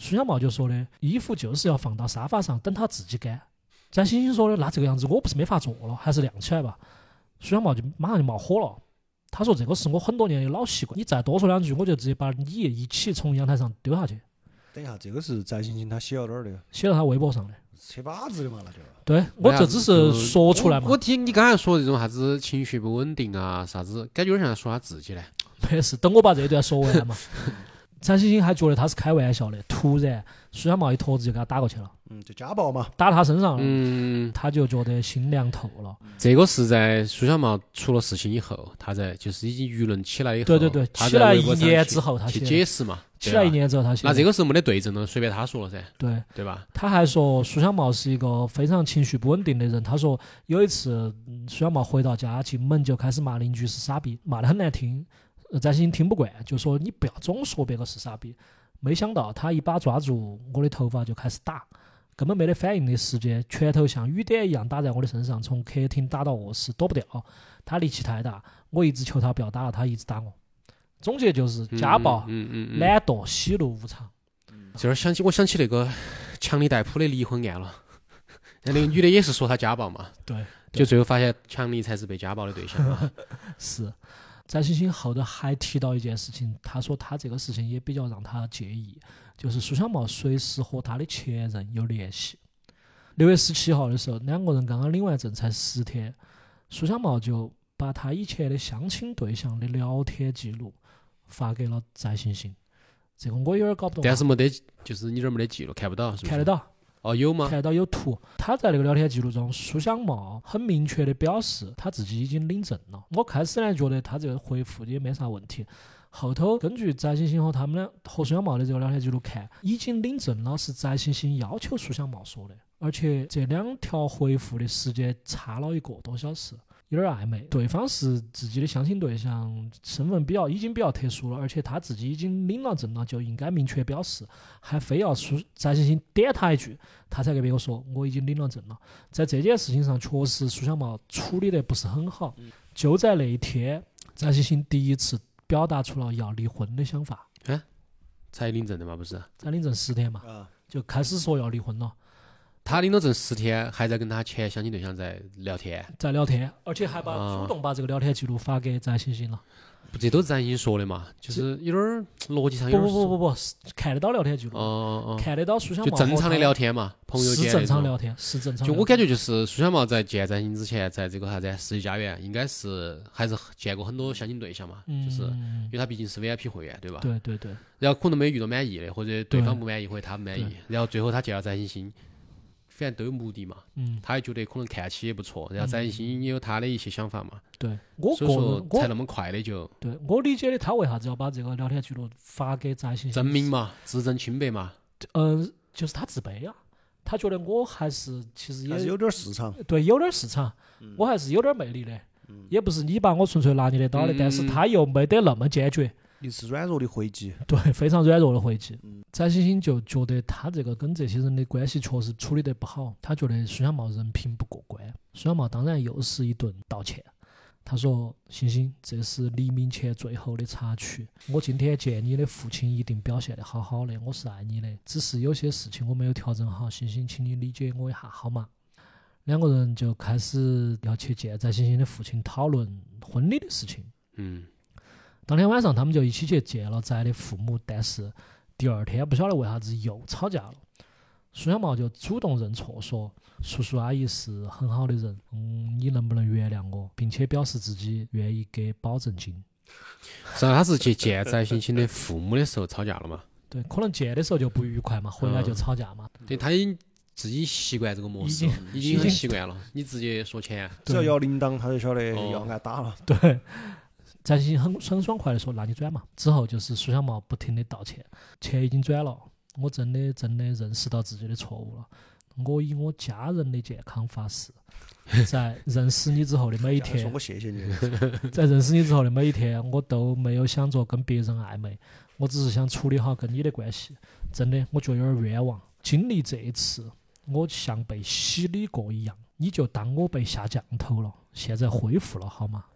S4: 苏小茂就说的衣服就是要放到沙发上等它自己干。翟欣欣说的那这个样子我不是没法做了，还是晾起来吧。苏小茂就马上就冒火了。他说：“这个是我很多年的老习惯，你再多说两句，我就直接把你一起从阳台上丢下去，
S3: 等一下，这个是翟欣欣她写到哪儿的？
S4: 写到他微博上的。”
S3: 扯把子的嘛，那就。
S4: 对，我这
S5: 那
S4: 只
S5: 啊就是
S4: 说出来
S5: 我我
S4: 嘛，
S5: 听你刚才说这种啥子情绪不稳定啊，啥子，感觉有点像在说他自己嘞。
S4: 没事，等我把这一段说完嘛。张欣欣还觉得他是开玩笑的，突然苏小茂一坨子就给他打过去了，
S3: 嗯，就家暴嘛。
S4: 打到他身上了，
S5: 嗯，
S4: 他就觉得心凉透了。
S5: 这个是在苏小茂出了事情以后，他在就是已经舆论起来以后，
S4: 对对对，
S5: 他
S4: 起
S5: 在
S4: 来
S5: 微
S4: 一
S5: 博上
S4: 年
S5: 去
S4: 之后他
S5: 去
S4: 写的
S5: 解释嘛，
S4: 起
S5: 对
S4: 来
S5: 吧
S4: 一，年之后他写的，
S5: 那这个是没得对证的，随便他说了噻，
S4: 对，
S5: 对吧？
S4: 他还说苏小茂是一个非常情绪不稳定的人。他说有一次嗯苏小茂回到家进门就开始骂邻居是傻逼，骂得很难听。呃翟欣欣听不惯，就说你不要总说别个是傻逼。没想到他一把抓住我的头发就开始打，根本没得反应的时间，拳头像雨点一样打在我的身上，从客厅打到卧室，躲不掉。他力气太大，我一直求他不要打了，他一直打我。总结就是
S5: 嗯
S4: 家暴、
S5: 嗯嗯嗯，
S4: 懒惰、喜怒无常。
S5: 这儿想起我想起那个强尼戴普的离婚案了， 那那个女的也是说他家暴嘛，
S4: 对，
S5: 就最后发现强尼才是被家暴的对象 啊嘛。
S4: 是，翟欣欣后头还提到一件事情，她说她这个事情也比较让她介意，就是苏小茂随时和她的前任有联系。六月十七号的时候，两个人刚刚领完证才十天，苏小茂就把他以前的相亲对象的聊天记录发给了翟欣欣，这个我有点搞不懂啊。
S5: 但是没得，就是你这儿没得记录，看不到，是不是
S4: 看得。到，
S5: 哦，有吗？
S4: 看到有图。他在那个聊天记录中，苏小茂很明确的表示他自己已经领证了。我开始呢觉得他这个回复也没啥问题，后头根据翟欣欣和他们俩和苏小茂的这个聊天记录看，已经领证了是翟欣欣要求苏小茂说的，而且这两条回复的时间差了一个多小时。有点暧昧，对方是自己的相亲对象，身份比较已经比较特殊了，而且他自己已经领了证了，就应该明确表示，还非要苏翟欣欣点他一句，他才给别个说我已经领了证了。在这件事情上，确实苏小茂处理得不是很好。
S5: 嗯
S4: 就在那一天，翟欣欣第一次表达出了要离婚的想法。
S5: 才领证的嘛，不是？
S4: 在领证十天嘛，
S3: 啊，
S4: 就开始说要离婚了，
S5: 他领了证十天，还在跟他前相亲对象在聊天，
S4: 在聊天，而且还把
S5: 啊
S4: 主动把这个聊天记录发给翟欣欣了。
S5: 不，这都是咱已经说的嘛，就是有点儿逻辑上
S4: 不
S5: 有点
S4: 不
S5: 儿
S4: 不不
S5: 不，
S4: 不，是看得到聊天记录，
S5: 哎哦哦
S4: 看得到苏小
S5: 哦，
S4: 茂
S5: 就
S4: 和
S5: 正常的
S4: 他
S5: 聊天嘛，朋友间
S4: 是
S5: 那
S4: 正常
S5: 种
S4: 聊天，是正常
S5: 就
S4: 聊天。
S5: 我感觉就是苏小茂在见翟欣之前，在这个啥子啊世纪佳缘，应该是还是见过很多相亲对象嘛，就是啊
S4: 嗯
S5: 因为他毕竟是 VIP 会员，对吧？
S4: 对对对，
S5: 然后可能没遇到满意的，或者对方
S4: 对
S5: 不满意，或者他不满意
S4: 对，
S5: 然后最后他见到翟欣欣，反正都有目的嘛，
S4: 嗯
S5: 他也觉得可能看起也不错，然后翟欣欣也有他的一些想法嘛，
S4: 对，我个
S5: 所以说
S4: 人
S5: 才
S4: 我
S5: 那么快的就
S4: 对我理解的他为啥子要把这个聊天记录发给翟欣欣
S5: 证明嘛，自证清白嘛，
S4: 嗯，就是他自卑啊，他觉得我还是其实
S3: 还
S4: 也
S3: 是有点嗯市场。
S4: 对有点市场，我还是有点魅力的。
S3: 嗯
S4: 也不是你把我纯粹拿你的刀的，但是
S5: 嗯
S4: 他又没得那么坚决，
S3: 你是软弱的回击。
S4: 对，非常软弱的回击。翟欣欣就觉得他这个跟这些人的关系确实处理得不好，他觉得苏小茂人品不过关。苏小茂当然又是一顿道歉，他说：“欣欣，这是黎明前最后的插曲。我今天见你的父亲一定表现得好好的，我是爱你的，只是有些事情我没有调整好，欣欣，请你理解我一下好吗？”两个人就开始要去见翟欣欣的父亲讨论婚礼的事情。
S5: 嗯，
S4: 当天晚上他们就一起去见了翟的父母，但是第二天不晓得为啥子又吵架了。苏小茂就主动认错，说：“叔叔阿姨是很好的人，嗯，你能不能原谅我？”并且表示自己愿意给保证金。
S5: 然后他是去见翟星星的父母的时候吵架了嘛，
S4: 对，可能见的时候就不愉快嘛，回来就吵架嘛。
S5: 对，他已经自己习惯这个模式了，嗯已经很习惯了。你直接说钱，啊
S3: 只要摇铃铛，他就晓得
S5: 哦
S3: 要挨打了。
S4: 对，翟欣欣很很爽快的说：“那你转嘛。”之后就是苏小茂不停的道歉，钱已经转了，我真的真的认识到自己的错误了。我以我家人的健康发誓，在认识你之后的每一
S3: 这 样
S4: 天
S3: 说，我谢谢 你，
S4: 在认识你之后的每一天，我都没有想着跟别人暧昧，我只是想处理好跟你的关系。真的，我觉得有点冤枉。经历这一次，我像被洗礼过一样，你就当我被下降头了，现在恢复了好吗？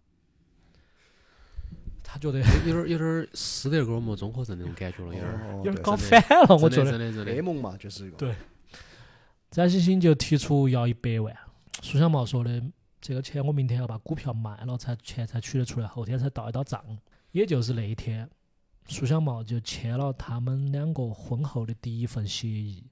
S4: 他觉得
S5: 有点儿有点儿斯德哥尔摩综合症那种感觉了，有点儿。
S3: 哦
S4: 有点
S3: 对
S4: 搞
S3: 真
S4: 反了，我觉
S5: 真的
S4: 得。
S5: 真的
S3: 的
S5: 真
S3: 噩
S5: 的，
S3: 梦嘛，就是一个。
S4: 对翟欣欣就提出要一百万，苏小茂说的这个钱我明天要把股票卖了才钱才取得出来，后天才到一到账。也就是那一天，苏小茂就签了他们两个婚后的第一份协议。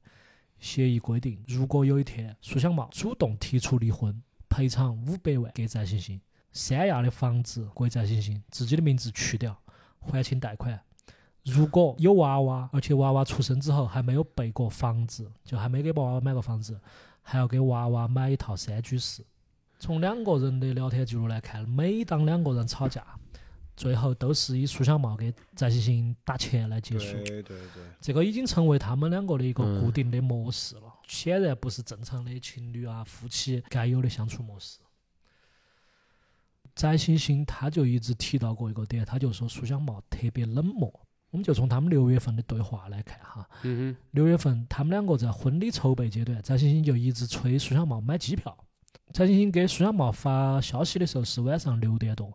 S4: 协议规定，如果有一天苏小茂主动提出离婚，赔偿五百万给翟欣欣，三亚的房子归翟欣欣，自己的名字去掉，还清贷款。如果有娃娃，而且娃娃出生之后还没有备过房子，就还没给娃娃买过房子，还要给娃娃买一套三居室。从两个人的聊天记录来看，每当两个人吵架，最后都是以苏小茂给翟欣欣打钱来结束。
S3: 对对对，
S4: 这个已经成为他们两个的一个
S5: 嗯
S4: 固定的模式了，显然不是正常的情侣啊、夫妻该有的相处模式。翟星星他就一直提到过一个点，他就说苏小茂特别冷漠。我们就从他们六月份的对话来看哈，
S5: 嗯
S4: 六月份他们两个在婚礼筹备阶段，翟星星就一直催苏小茂买机票。翟星星给苏小茂发消息的时候是晚上六点多，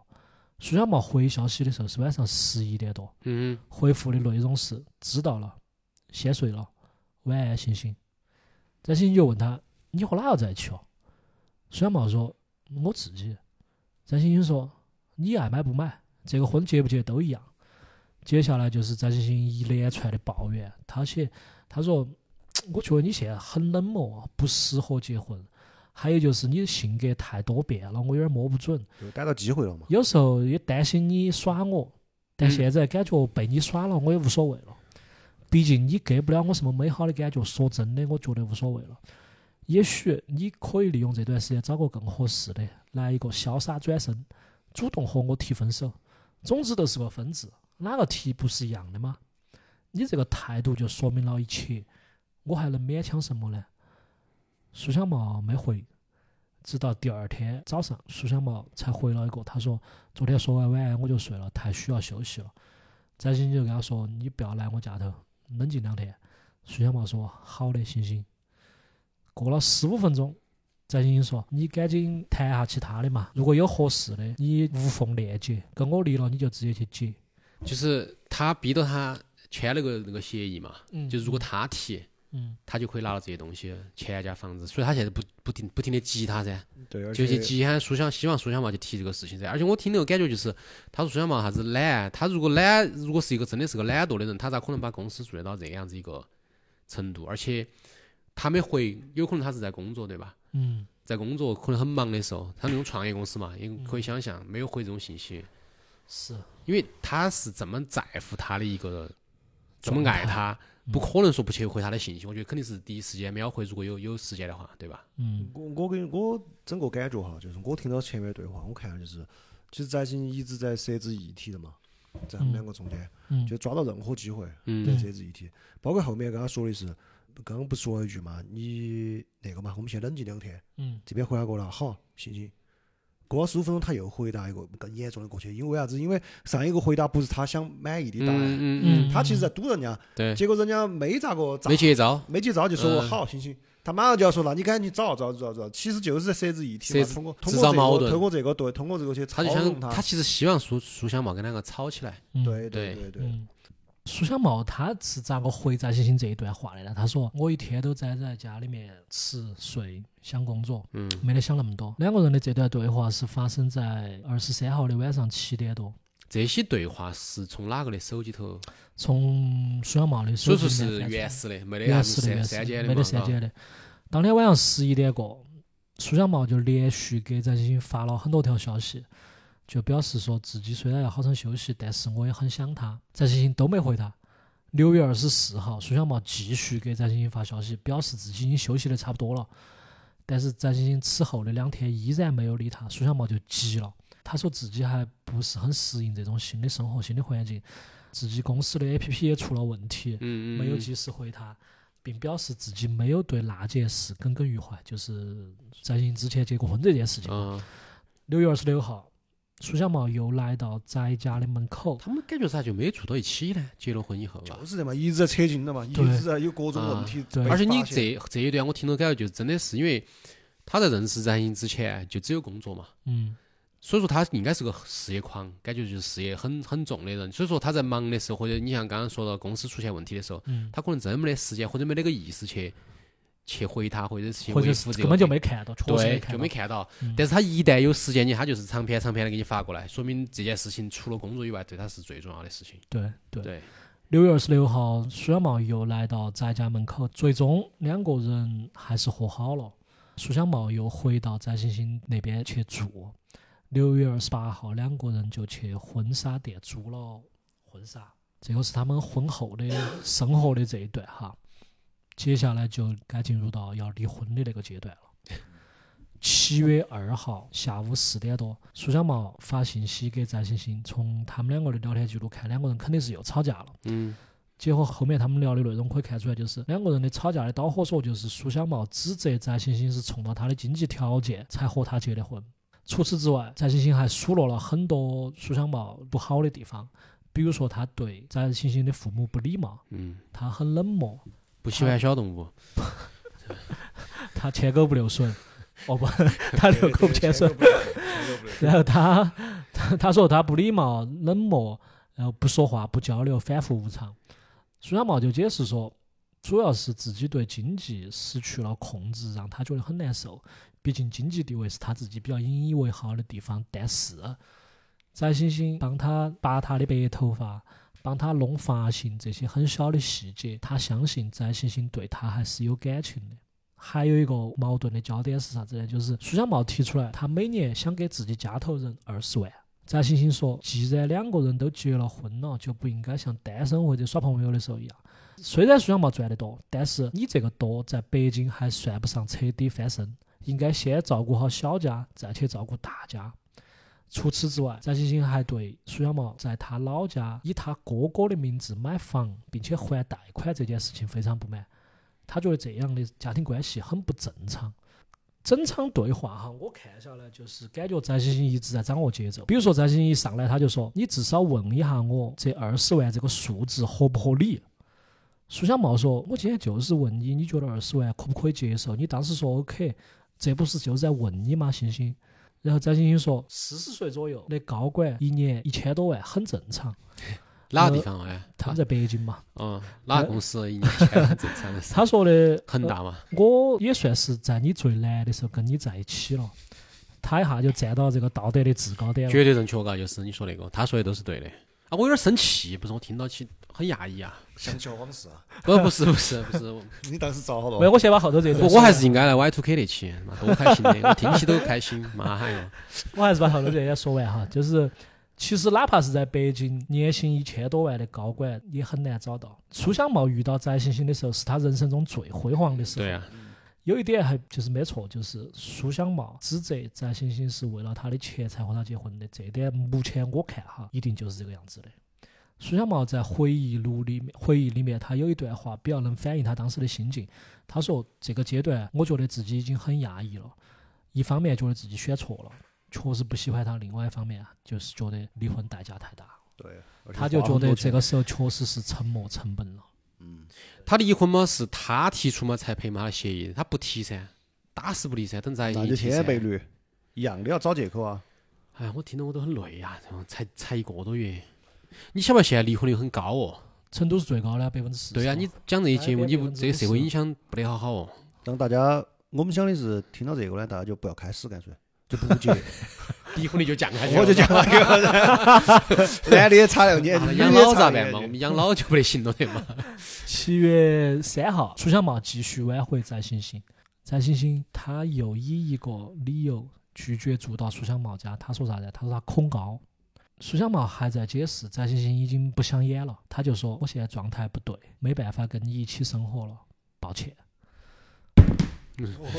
S4: 苏小茂回消息的时候是晚上十一点多。
S5: 哼，嗯哼，
S4: 回复的内容是知道了，先睡了，晚安，星星。翟星星就问他：“你和哪个在一起哦？”孙小茂说：“我自己。”翟星星说：“你爱买不买，这个婚结不结都一样。”接下来就是翟星星一连串的抱怨，他写他说：“我觉得你现在很冷漠，啊不适合结婚。还有就是你的性格太多变了，我有点摸不准。
S3: 就逮到机会了嘛。
S4: 有时候也担心你耍我，但
S5: 嗯
S4: 现在感觉被你耍了，我也无所谓了。毕竟你给不了我什么美好的感觉，说真的，我觉得无所谓了。也许你可以利用这段时间找个更合适的，来一个潇洒转身，主动和我提分手。总之都是个分字，哪个提不是一样的吗？你这个态度就说明了一切，我还能勉强什么呢？苏小茂没回，直到第二天早上，苏小茂才回了一个，他说：“昨天说完晚安我就睡了，太需要休息了。”翟星星就跟他说：“你不要来我家头，冷静两天。”苏小茂说：“好的，星星。”过了十五分钟，翟星星说：“你赶紧谈一下其他的嘛，如果有合适的，你无缝链接，跟我离了你就直接去结。
S5: 就是他逼到他签了个那个协议嘛，”
S4: 嗯
S5: 就如果他提，
S4: 嗯，
S5: 他就可以拿到这些东西，钱加房子，所以他现在不不停不停的激他噻，
S3: 对，而
S5: 就去
S3: 且
S5: 激喊苏小，希望苏小茂去提这个事情噻。而且我听那个感觉就是，他说苏小茂啥子懒，他如果懒，如果是一个真的是个懒惰的人，他咋可能把公司做得到这样子一个程度？而且他没回，有可能他是在工作，对吧？
S4: 嗯，
S5: 在工作可能很忙的时候，他那种创业公司嘛，也可以想象没有回这种信息，
S4: 是
S5: 因为他是这么在乎他的一个，这么
S4: 状
S5: 爱
S4: 态
S5: 他，
S4: 嗯
S5: 不可能说不去回他的信息。我觉得肯定是第一时间秒回，如果有有时间的话，对吧？
S4: 嗯
S3: 我我跟我整个感觉哈，就是我听到前面的对话，我看到就是，其实翟星一直在设置议题的嘛，在他们两个中间，
S4: 嗯
S3: 就抓到任何机会在
S5: 嗯
S3: 设置议题，包括后面跟他说的是，刚刚不是说了一句嘛，你那个嘛，我们先冷静两天，
S4: 嗯
S3: 这边回答过了，好，行行。过了十五分钟，他又回答一个更严重的过去，因为为啥子？因为上一个回答不是他想满意的答案，
S5: 嗯嗯，
S3: 他其实在堵人家，
S5: 对，
S3: 结果人家没咋个咋
S5: 没接招，
S3: 没接招就说我
S5: 嗯
S3: 好，行行，他马上就要说了，你赶紧找找找找，其实就是在设置议题嘛，
S5: 设置
S3: 通过通
S5: 制
S3: 过
S5: 造
S3: 这
S5: 矛
S3: 个
S5: 盾
S3: 通过这个对，通过这个去操
S5: 他就想
S3: 纵
S5: 他其实希望苏苏小茂跟两个吵起来，
S4: 嗯，
S3: 对对对对，
S4: 嗯，苏小茂他是咋个回翟星星这一段话的呢？他说：“我一天都宅在家里面吃睡想工作，
S5: 嗯
S4: 没得想那么多。”两个人的这段对话是发生在二十三号的晚上七点多，
S5: 这些对话是从哪个的手机头？
S4: 从孙小茂的手
S5: 所以说
S4: 机
S5: 是
S4: 里面
S5: 原
S4: 翻出
S5: 始的，没
S4: 来
S5: 得啥
S4: 原
S5: 子
S4: 始的
S5: 删
S4: 原
S5: 删
S4: 始
S5: 减
S4: 的
S5: 的
S4: 没
S5: 嘛，
S4: 得删
S5: 嘎
S4: 减的。当天晚上十一点过，苏小茂就连续给翟欣欣发了很多条消息，就表示说自己虽然要好生休息，但是我也很想他。翟欣欣都没回他。六月二十四号，苏小茂继续给翟欣欣发消息，表示自己已经休息的差不多了，但是翟欣欣此后的两天依然没有理他，苏小茂就急了。他说自己还不是很适应这种新的生活、新的环境，自己公司的 APP 也出了问题，
S5: 嗯嗯，
S4: 没有
S5: 嗯
S4: 及时回他，并表示自己没有对那件事耿耿于怀，就是翟欣之前结过婚这件事情。
S5: 嗯，
S4: 六、月二十六号，苏小茂又来到翟家的门口，
S5: 他们感觉咋就没住到一起呢？结了婚以后啊
S3: 就。是的嘛，一直在扯近的嘛，一
S4: 对
S3: 直在有各种问题被
S4: 对
S3: 发现。
S5: 而且你这这一段我听到感觉就真的是因为他在认识翟欣之前就只有工作嘛，
S4: 嗯，
S5: 所以说他应该是个事业狂，感觉就是事业很很重的人。所以说他在忙的时候，或者你像刚刚说到公司出现问题的时候，
S4: 嗯
S5: 他可能真没得时间或者没那个意识去去回他，或者是去
S4: 或
S5: 维
S4: 者是
S5: 护这个
S4: 根本就没看到，确实
S5: 对，
S4: 看
S5: 就
S4: 到
S5: 没。看到。
S4: 嗯
S5: 但是他一旦有时间，你他就是长篇长篇的给你发过来，说明这件事情除了工作以外，对他是最重要的事情。
S4: 对对。
S5: 对，
S4: 六月二十六号，苏小茂又来到翟家门口，最终两个人还是和好了。苏小茂又回到翟欣欣那边去住。六月二十八号，两个人就去婚纱店租了婚纱，这个是他们婚后的生活的这一段哈。接下来就该进入到要离婚的那个阶段了。七月二号下午四点多，苏小茂发信息给翟欣欣，从他们两个的聊天记录看，两个人肯定是又吵架了。
S5: 嗯，
S4: 结合后面他们聊的内容可以看出来，就是两个人的吵架的导火索就是苏小茂指责翟欣欣是冲到他的经济条件才和他结的婚。除此之外，翟欣欣还数落了很多苏小茂不好的地方，比如说他对翟欣欣的父母不礼貌，
S5: 嗯，
S4: 他很冷漠，
S5: 不喜欢小动物，
S4: 他牵狗不留笋，哦不，他遛狗不牵
S3: 牵
S4: 绳
S3: 手。不了牵手不了
S4: 然后他他他说他不礼貌、冷漠，然后不说话、不交流、反复无常。苏小茂就解释说，主要是自己对经济失去了控制，让他觉得很难受。毕竟经济地位是他自己比较引以为豪的地方，但是翟欣欣帮他拔他的白头发。帮他弄发型这些很小的细节，他相信翟欣欣对他还是有感情的。还有一个矛盾的焦点是啥子呢？就是苏小茂提出来，他每年想给自己家头人二十万。翟欣欣说，既然两个人都结了婚了，就不应该像单身或者耍朋友的时候一样。虽然苏小茂赚得多，但是你这个多在北京还算不上彻底翻身，应该先照顾好小家，再去照顾大家。除此之外，翟欣欣还对苏小茂在他老家以他哥哥的名字买房，并且还贷款这件事情非常不满。他觉得这样的家庭关系很不正常。整场对话哈，我看下来就是感觉翟欣欣一直在掌握节奏。比如说翟欣欣一上来他就说：“你至少问一下我这二十万这个数字合不合理。”苏小茂说：“我今天就是问你，你觉得二十万可不可以接受？你当时说 OK，这不是就是在问你吗？欣欣。”然后翟欣欣说：“四十岁左右的高管一年一千多万很正常，
S5: 哪个地方哎？
S4: 他们在北京嘛。
S5: 嗯，哪个公司一年 签很正常的事？
S4: 他说的
S5: 很大嘛，
S4: 我也算是在你最难的时候跟你在一起了，他一下就站到这个道德的制高点了。
S5: 绝对正确，嘎，就是你说那个，他说的都是对的。啊，我有点生气，不是我听到起很压抑啊。
S3: 想起了往事啊，
S5: 不，不是，不是，不是，我
S3: 你当时咋好
S4: 没有，
S3: 了？
S4: 我先把后头这一段
S5: 我
S4: 说
S5: 我
S4: 完，
S5: 还是应该来 Y two K 那期，妈多开心的，我听起都开心，妈嗨哟。
S4: 我还是把后头这一段说完哈。就是其实哪怕是在北京，年薪一千多万的高管也很难找到。苏小茂遇到翟欣欣的时候，是他人生中最辉煌的时候。
S5: 对啊，
S4: 有一点还就是没错，就是苏小茂指责翟欣欣是为了他的钱才和他结婚的，这一点目前我看哈，一定就是这个样子的。苏小茂在回忆录里面，回忆里面他有一段话比较能反映他当时的心境。他说：“这个阶段，我觉得自己已经很压抑了，一方面觉得自己选错了，确实不喜欢他；另外一方面啊，就是觉得离婚代价太大，
S3: 对，而且
S4: 他就
S3: 花
S4: 觉
S3: 很多
S4: 得这
S3: 钱
S4: 个时候确实是沉没成本了。
S5: 他离婚嘛是他提出嘛才拍嘛协议，他不提噻，打死不离噻，等翟
S3: 那
S5: 欣
S3: 就
S5: 提
S3: 天
S5: 噻
S3: 天。被绿，一样的要找借口啊。
S5: 哎，我听得我都很累啊，这种才才一个多月，你晓不晓得现在离婚率很高哦？
S4: 成都是最高的百分之四十。
S5: 对啊，你讲这些节目，
S4: 哎
S5: 你
S4: 别
S5: 不
S4: 别
S5: 这个社会影响不得好好哦。
S3: 让大家，我们想的是，听到这个呢，大家就不要开始干脆，就不接，
S5: 逼婚率就降下去了。
S3: 我就讲了，男的也差两年，
S5: 妈的
S3: 女的
S5: 养
S3: 也
S5: 老
S3: 差
S5: 咋
S3: 两
S5: 办嘛？我
S3: 年
S5: 们养老就不得行了，对嘛？
S4: 七月三号，楚小茂继续挽回翟星星。翟星星他又以一个理由拒绝住到楚小茂家，他说啥子？他说他恐高。楚小茂还在解释，翟星星已经不想演了，他就说我现在状态不对，没办法跟你一起生活了，抱歉。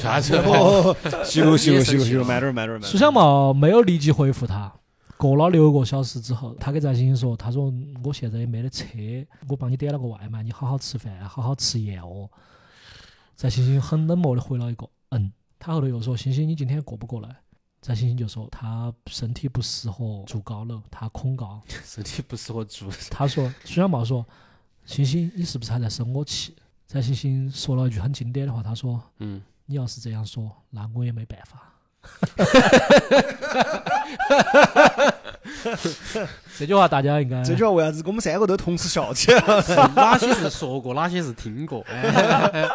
S5: 啥子？
S3: 哦， 行了行了行
S5: 你也生
S3: 了
S5: 气
S3: 行
S5: 了
S3: 了，慢点儿慢点儿慢点儿。
S4: 楚小茂没有立即回复他。过了六个小时之后，他给翟星星说：“他说嗯我现在也没得车，我帮你点了个外卖，你好好吃饭，好好吃宴哦。”翟星星很冷漠的回了一个“嗯”。他后头又说：“星星，你今天过不过来？”翟星星就说：“他身体不适合住高楼，他恐高。
S5: 身体不适合住。”
S4: 他说：“楚小茂说，星星，你是不是还在生我气？”翟星星说了一句很经典的话，他说：“
S5: 嗯，
S4: 你要是这样说，那我也没办 法。”这句话大家应该
S3: 这句话为啥子我们三个都同时笑起 来了？
S5: 哪些是说过，哪些是听过？哎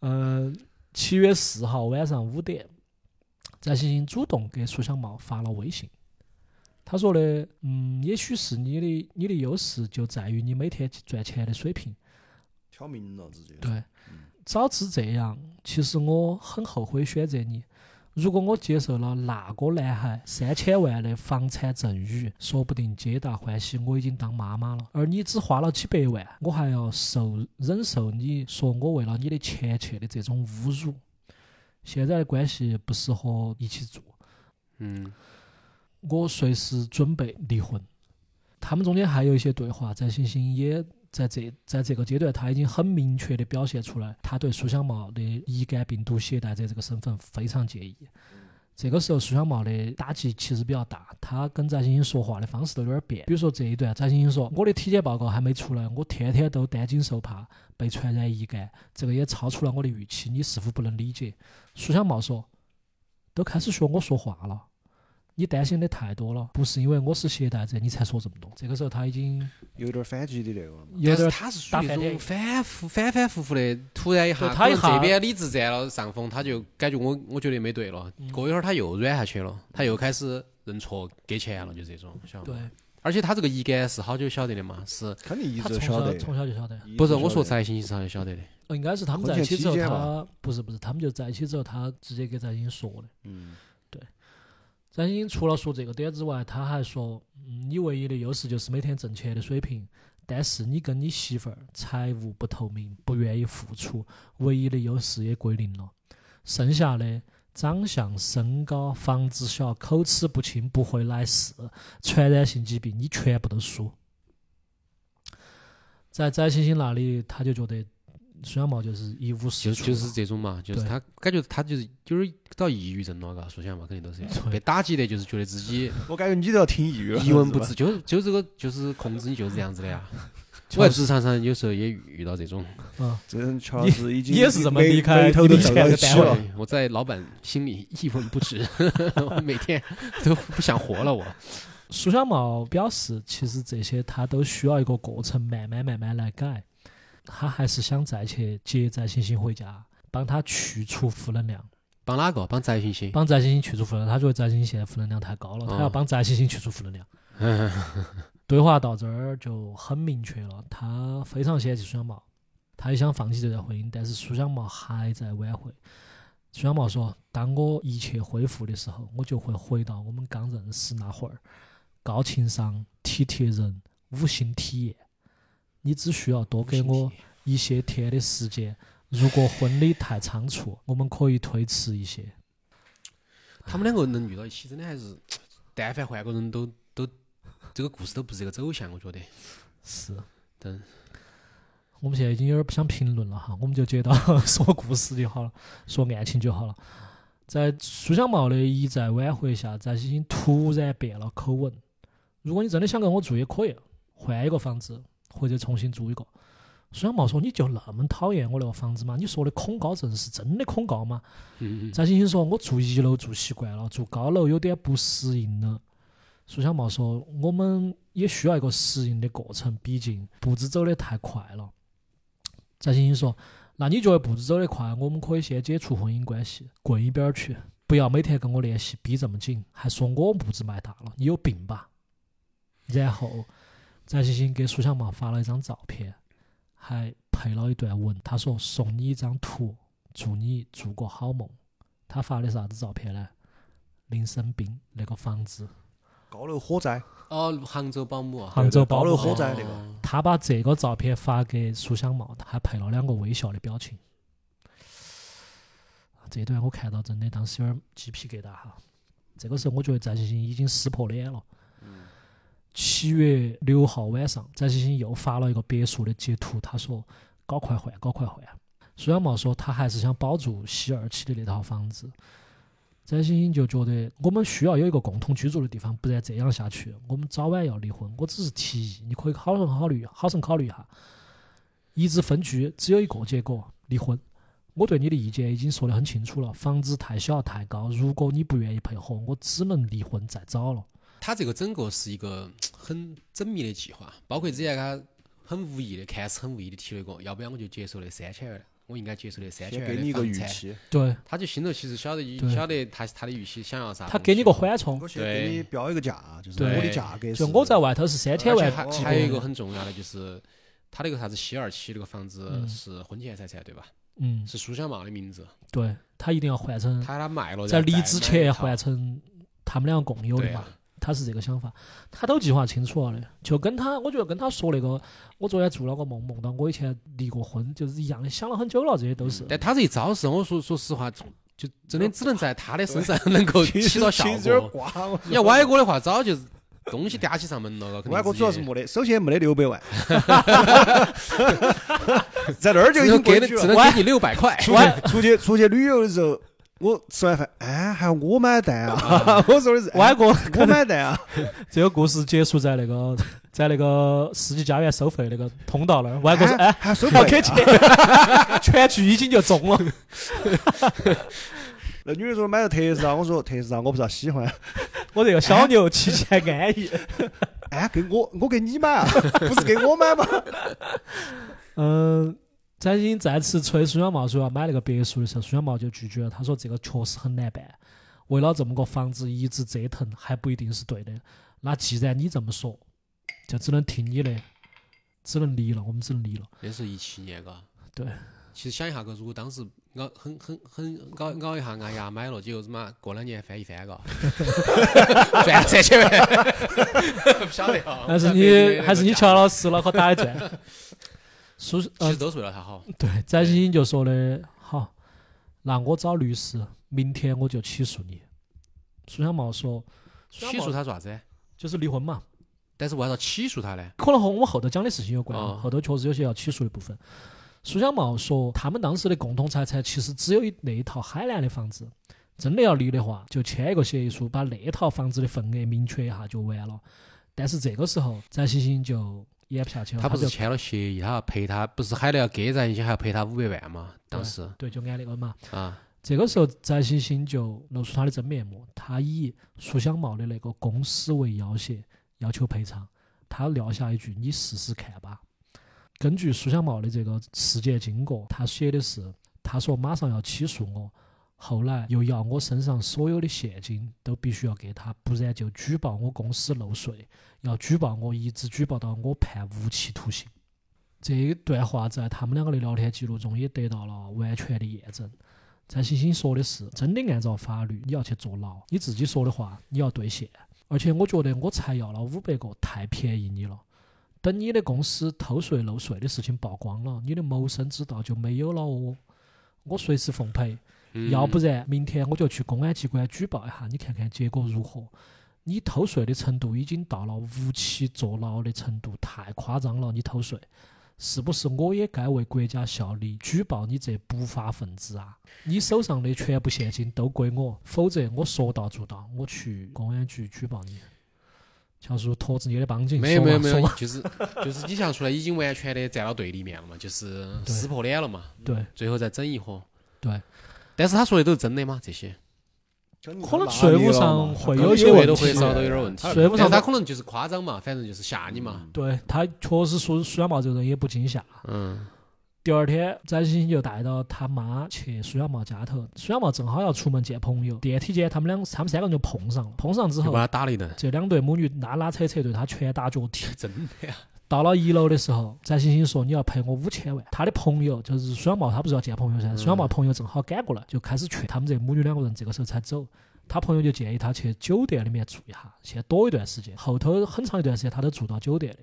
S4: 呃，七月四号晚上五点，翟星星主动给楚小茂发了微信，他说的，嗯，也许是你的你的优势就在于你每天赚钱的水平，
S3: 挑明了直接。
S4: 对，早知这样，其实我很后悔选择你。如果我接受了那个男孩三千万的房产赠与，说不定皆大欢喜，我已经当妈妈了。而你只花了几百万，我还要受忍受你说我为了你的钱去的这种侮辱。现在的关系不适合一起住，
S5: 嗯，
S4: 我随时准备离婚。他们中间还有一些对话，翟星星也在这在这个阶段，他已经很明确的表现出来，他对苏小茂的乙肝病毒携带者这个身份非常介意。这个时候，苏小茂的打击其实比较大，他跟翟星星说话的方式都有点变。比如说这一段，翟星星说：“我的体检报告还没出来，我天天都担惊受怕被传染乙肝，这个也超出了我的预期，你是否不能理解？”苏小茂说：“都开始学我说话了。”你担心的太多了，不是因为我是携带者，你才说这么多。这个时候他已经
S3: 有点反击的那个了嘛。
S4: 有点
S5: 但是
S4: 儿
S5: 他是属
S4: 打
S5: 于那
S4: 翻
S5: 种
S4: 天
S5: 反复、反反复复的，突然一下，
S4: 对他一
S5: 可能
S4: 下
S5: 这边理智占了上风，他就感觉我我觉得没对了。过一会儿他又软下去了，他又开始认错、给钱了，就这种，晓得
S4: 对
S5: 吗？，而且他这个乙肝是好久晓得的嘛，是
S3: 肯定一
S4: 他
S3: 直
S4: 从
S3: 都晓
S4: 小
S3: 得，
S4: 从小就晓得，呃
S3: 一直
S5: 不是？
S3: 都晓
S5: 我说
S3: 得
S5: 在信息上就晓得的。
S4: 应该是他们在一起之后，他不是不是，他们就在一起之后，他直接给翟星星说的。
S3: 嗯，
S4: 翟星星除了说这个点之外，他还说，嗯，你唯一的优势就是每天挣钱的水平，但是你跟你媳妇儿财务不透明，不愿意付出，唯一的优势也归零了，剩下的。长相、身高、房子小、口齿不清、不会来事、传染性疾病，你全部都输。在翟星星那里，他就觉得孙小茂就是一无
S5: 就是
S4: 处了，
S5: 就是这种嘛，就是
S4: 对
S5: 他感觉他就是有点到抑郁症了，嘎，说起来嘛，肯定都是这种
S4: 对
S5: 被打击的，就是觉得自己
S3: 我感觉你都要听抑郁了，
S5: 一文不
S3: 是吧
S5: 值，就就这个就是控制你就是这样子 的呀。
S4: 就是
S5: 我在职场上有时候也遇到这种，
S4: 嗯，
S3: 这人乔老师已经
S4: 你也是这么
S3: 眉
S4: 离开
S3: 眉头都
S4: 离
S3: 皱
S4: 开
S3: 到
S4: 这个
S3: 起
S4: 单位
S3: 了
S4: 了。
S5: 对我在老板心里一文不值， 我每天都不想活了。我
S4: 苏小茂表示，其实这些他都需要一个过程，慢慢慢慢来改。他还是想再去接翟星星回家，帮他去除负能量，
S5: 帮哪个？帮翟星星。
S4: 帮翟星星去除负能量。他觉得翟星星现在负能量太高了，
S5: 哦
S4: 他要帮翟星星去除负能量。对话到这儿就很明确了，他非常嫌弃苏小茂，他也想放弃这段婚姻，但是苏小茂还在挽回。苏小茂说：“当我一切恢复的时候，我就会回到我们刚认识那会儿，高情商、体贴人、五星体验。你只需要多给我一些天的时间。如果婚礼太仓促，我们可以推迟一些。
S5: 他们两个能遇到一起，真的还是，但凡换个人都都，这个故事都不是这个走向，我觉得。
S4: 是，
S5: 对。
S4: 我们现在已经有点不想评论了哈，我们就接到 说故事就好了，说案情就好了。在苏小茂的一再挽回下，翟星星突然变了口吻。如果你真的想跟我住也可以，换一个房子或者重新租一个。苏小茂说：“你就那么讨厌我那个房子吗？你说的恐高症是真的恐高吗？”
S5: 嗯，嗯
S4: 翟星星说：“我住一楼住习惯了，住高楼有点不适应了。”苏小茂说：“我们也需要一个嗯适应的过程，毕竟步子走得太快了。”翟星星说：“那你觉得步子走得快，我们可以先接触婚姻关系，滚一边儿去，不要每天跟我联系，逼这么紧，还说我步子迈大了，你有病吧？然后翟欣欣给苏小毛发了一张照片，还配了一段文，他说送你一张图，祝你做个好梦。他发的啥子照片呢？林生斌那个房子，
S3: 高楼火灾，
S5: 哦，杭州保姆啊，
S4: 杭州
S3: 高
S4: 保
S3: 楼
S4: 姆
S3: 火灾那个，
S5: 哦
S4: 他把这个照片发给苏香茂，他还配了两个微笑的表情。这段我看到真的当时有点鸡皮疙瘩哈。这个时候我觉得翟欣欣已经撕破脸了。七月六号晚上，翟欣欣又发了一个别墅的截图，他说：“搞快换，搞快换。”苏小茂说他还是想保住西二旗的那套房子。翟欣欣就觉得我们需要有一个共同居住的地方，不然这样下去，我们早晚要离婚。我只是提议，你可以好生考虑，好生考虑一下。一致分居只有一个结果，离婚。我对你的意见已经说得很清楚了，房子太小太高，如果你不愿意配合，我只能离婚再找了。
S5: 他这个整个是一个很缜密的计划，包括之前他很无意的，看似很无意的提了一个，要不然我就接受那三千万，我应该接受那三千
S3: 先
S5: 万
S3: 给你一个预
S5: 的房产。
S3: 期，
S4: 对
S5: 他就心头其实晓得
S4: 对
S5: 晓得他他的预期想要啥东西，
S4: 他给你个缓冲，
S3: 我先给你标一个价，就是
S5: 对
S3: 我的价格是。
S4: 就我在外头是三千
S5: 而
S4: 万
S5: 且还
S4: 几
S5: 还有一
S4: 个
S5: 个
S4: 月，
S5: 很重要的就是，他那个啥子西二旗那个房子
S4: 嗯
S5: 是婚前财产对吧？
S4: 嗯，
S5: 是苏小茂的名字，
S4: 对他一定要换成
S5: 他他卖了
S4: 在离
S5: 再
S4: 职
S5: 买一
S4: 前
S5: 套
S4: 换成他们两个共有的
S5: 对
S4: 嘛
S5: 啊。
S4: 他是这个想法，他都计划清楚了的。就跟他，我觉得跟他说那个，我昨天做了个梦，梦到我以前离过婚，就是一样的，想了很久了，这些都
S3: 嗯
S4: 是。
S5: 但他这一招是，我说说实话，就真的只能在他的身上能够
S3: 其
S5: 起
S3: 实
S5: 到效
S3: 其实有点
S5: 果。
S3: 瓜，我
S5: 你要歪哥的话，早就东西嗲起上门了，肯定
S3: 外国
S5: 直
S3: 主要是
S5: 接
S3: 没得，首先没得六百 万，在那儿就已
S5: 只
S3: 经
S5: 能给
S3: 过
S5: 你
S3: 去
S5: 只
S3: 了。
S5: 能给你六百块。
S3: 出去出去出去旅游的时候，我吃完饭，哎，还要我买单啊？ 我说的是，
S4: 外
S3: 哎，
S4: 国
S3: 我买单啊。
S4: 这个故事结束在那个在那个世纪家园收费那个通道那儿，外国说
S3: 哎
S4: 哎
S3: 还收费
S4: 要给
S3: 啊
S4: 钱， 全剧已经就中了。
S3: 那女的说买了特斯拉，我说特斯拉我不咋喜欢，
S4: 我这个小牛骑起来安逸。
S3: 哎，给我我给你买啊， 不是给我买吗？
S4: 嗯，翟欣再次催苏小茂说要啊买那个别墅的时候，苏小茂就拒绝了。他说这个确实很难办，为了这么个房子一直折腾还不一定是对的。那既然你这么说，就只能听你的，只能离了，我们只能离了。
S5: 那时候一七年，嘎。
S4: 对。
S5: 其实想一下，个如果当时咬很很很咬咬一下牙牙买了，结果他妈过两年翻 一翻，嘎，赚了三千万， 不晓得啊。
S4: 还是你还是你乔老师脑壳打的转。苏
S5: 其
S4: 呃
S5: 实，都是为了他好。
S4: 对，翟欣欣就说的好，那我找律师，明天我就起诉你。苏小茂说，苏小
S5: 起
S4: 茂
S5: 诉他做啥子？
S4: 就是离婚嘛。
S5: 但是为啥要起诉他呢？
S4: 可能和我们后头讲的事情有关啊
S5: 哦，
S4: 后头确实有些要起诉的部分。苏小茂说，他们当时的共同财产其实只有一那一套海南的房子，真的要离的话，就签一个协议书，把那套房子的份额明确一下就完了。但是这个时候，翟欣欣就演不下去了，
S5: 他不
S4: 就是
S5: 签了协议，他要赔他，不是喊了要给咱一些，还要赔他五百万嘛？当时
S4: 对，就按那个嘛。
S5: 啊，
S4: 这个时候，翟欣欣就露出她的真面目，她以苏小茂的那个公司为要挟，要求赔偿。她撂下一句：“你试试看吧。”根据苏小茂的这个事件经过，他写的是：“他说马上要起诉我，后来又要我身上所有的现金都必须要给他，不然就举报我公司漏税，要举报我，一直举报到我判无期徒刑。”这一段话在他们两个的聊天记录中也得到了完全的验证。翟欣欣说的是，真的按照法律，你要去坐牢，你自己说的话你要兑现。而且我觉得我才要了五百个，太便宜你了。等你的公司偷税漏税的事情曝光了，你的谋生之道就没有了哦。我随时奉陪，
S5: 嗯
S4: 要不然明天我就去公安机关举报一下，你看看结果如何。你偷税的程度已经到了无期坐牢的程度，太夸张了！你偷税，是不是我也该为国家效力，举报你这不法分子啊？你手上的全部现金都归我，否则我说到做到，我去公安局举报你。乔叔托着你的帮劲，
S5: 没有没有没
S4: 哎说
S5: 有
S4: 嘛，
S5: 就是就是你像出来已经完全的站到对立面了嘛，就是
S4: 对
S5: 撕破脸了嘛，
S4: 说嘛
S5: 最后再整一伙。
S4: 对
S5: 但是他说的都是真的吗？这些
S4: 可能税务上会有一些
S5: 或
S4: 问
S5: 多
S4: 题
S5: 或少都有点问题。
S4: 税务上
S5: 但是他可能就是夸张嘛，反正就是吓你嘛。
S4: 对，对他确实苏苏小茂这个人也不惊吓。
S5: 嗯，
S4: 第二天，翟星星就带到他妈去苏小茂家头，苏小茂正好要出门见朋友，电梯间他们两他们三个人就碰上了，碰上之
S5: 就
S4: 后
S5: 把，他打了一顿，
S4: 这两对母女拉拉扯扯对他拳打脚踢。
S5: 真的呀，
S4: 到了一楼的时候，翟星星说你要赔我五千万。他的朋友就是苏小茂，他不是要见朋友
S5: 嗯
S4: 噻？苏小茂朋友正好赶过来，就开始劝他们这母女两个人，这个时候才走。他朋友就建议他去酒店里面住一下，先躲一段时间。后头很长一段时间他都住到酒店的。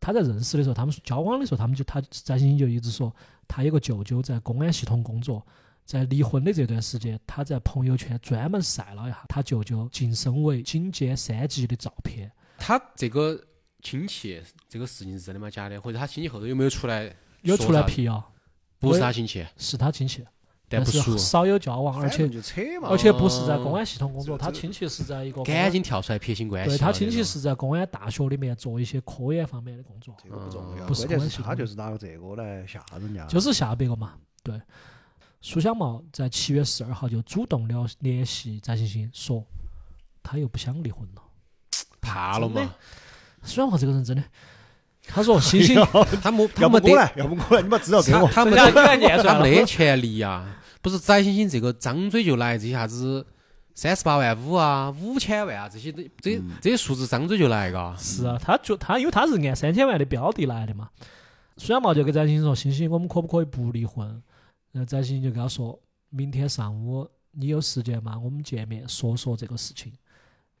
S4: 他在认识的时候，他们交往的时候，他们就他翟星星就一直说，他有个舅舅在公安系统工作，在离婚的这段时间，他在朋友圈专门晒了一下他舅舅晋升为警戒三级的照片。
S5: 他这个亲戚这个事情是真的吗？假的？或者他亲戚后头有没有出来？
S4: 有出来？辟谣，
S5: 不是他亲戚，
S4: 是他亲戚。
S5: 但不
S4: 是
S5: 熟，
S4: 少有交往，而
S3: 反
S4: 且
S3: 正就扯嘛。
S4: 而且不是在公安系统工作，
S3: 这
S4: 他
S3: 这
S4: 亲戚是在一个公
S5: 赶
S4: 安，
S5: 紧跳出来撇清关系
S4: 对
S5: 了。
S4: 他亲
S5: 这
S4: 戚
S5: 种
S4: 是在公安大学里面做一些科研方面的工作，
S3: 这个不重要，
S4: 嗯不是
S3: 关键
S4: 关
S3: 是
S4: 系
S3: 他就是拿这个来吓人家。
S4: 就是吓别个嘛。对，苏小茂在七月十二号就主动了联系翟欣欣，说他又不想离婚了。
S5: 怕了
S4: 真
S5: 嘛？
S4: 苏小茂这个人真的，他 说欣欣
S5: 他没，
S3: 要
S5: 他
S3: 不过
S5: 没得，
S3: 来，要不过来，你把资料给 我。
S5: 他没
S4: 人
S5: 得，
S4: 家人家念出来
S5: 他
S4: 了
S5: 没得权利呀。不是翟欣欣这个张嘴就来这些啥子三十八万五啊、五千万啊这些，这这
S3: 嗯
S5: 这些数字张嘴就来嘎。
S4: 是啊，他就他因为他是按三千万的标的来的嘛。苏小茂就跟翟欣欣说：“欣欣，我们可不可以不离婚？”然后翟欣欣就跟他说：“明天上午你有时间吗？我们见面说说这个事情。”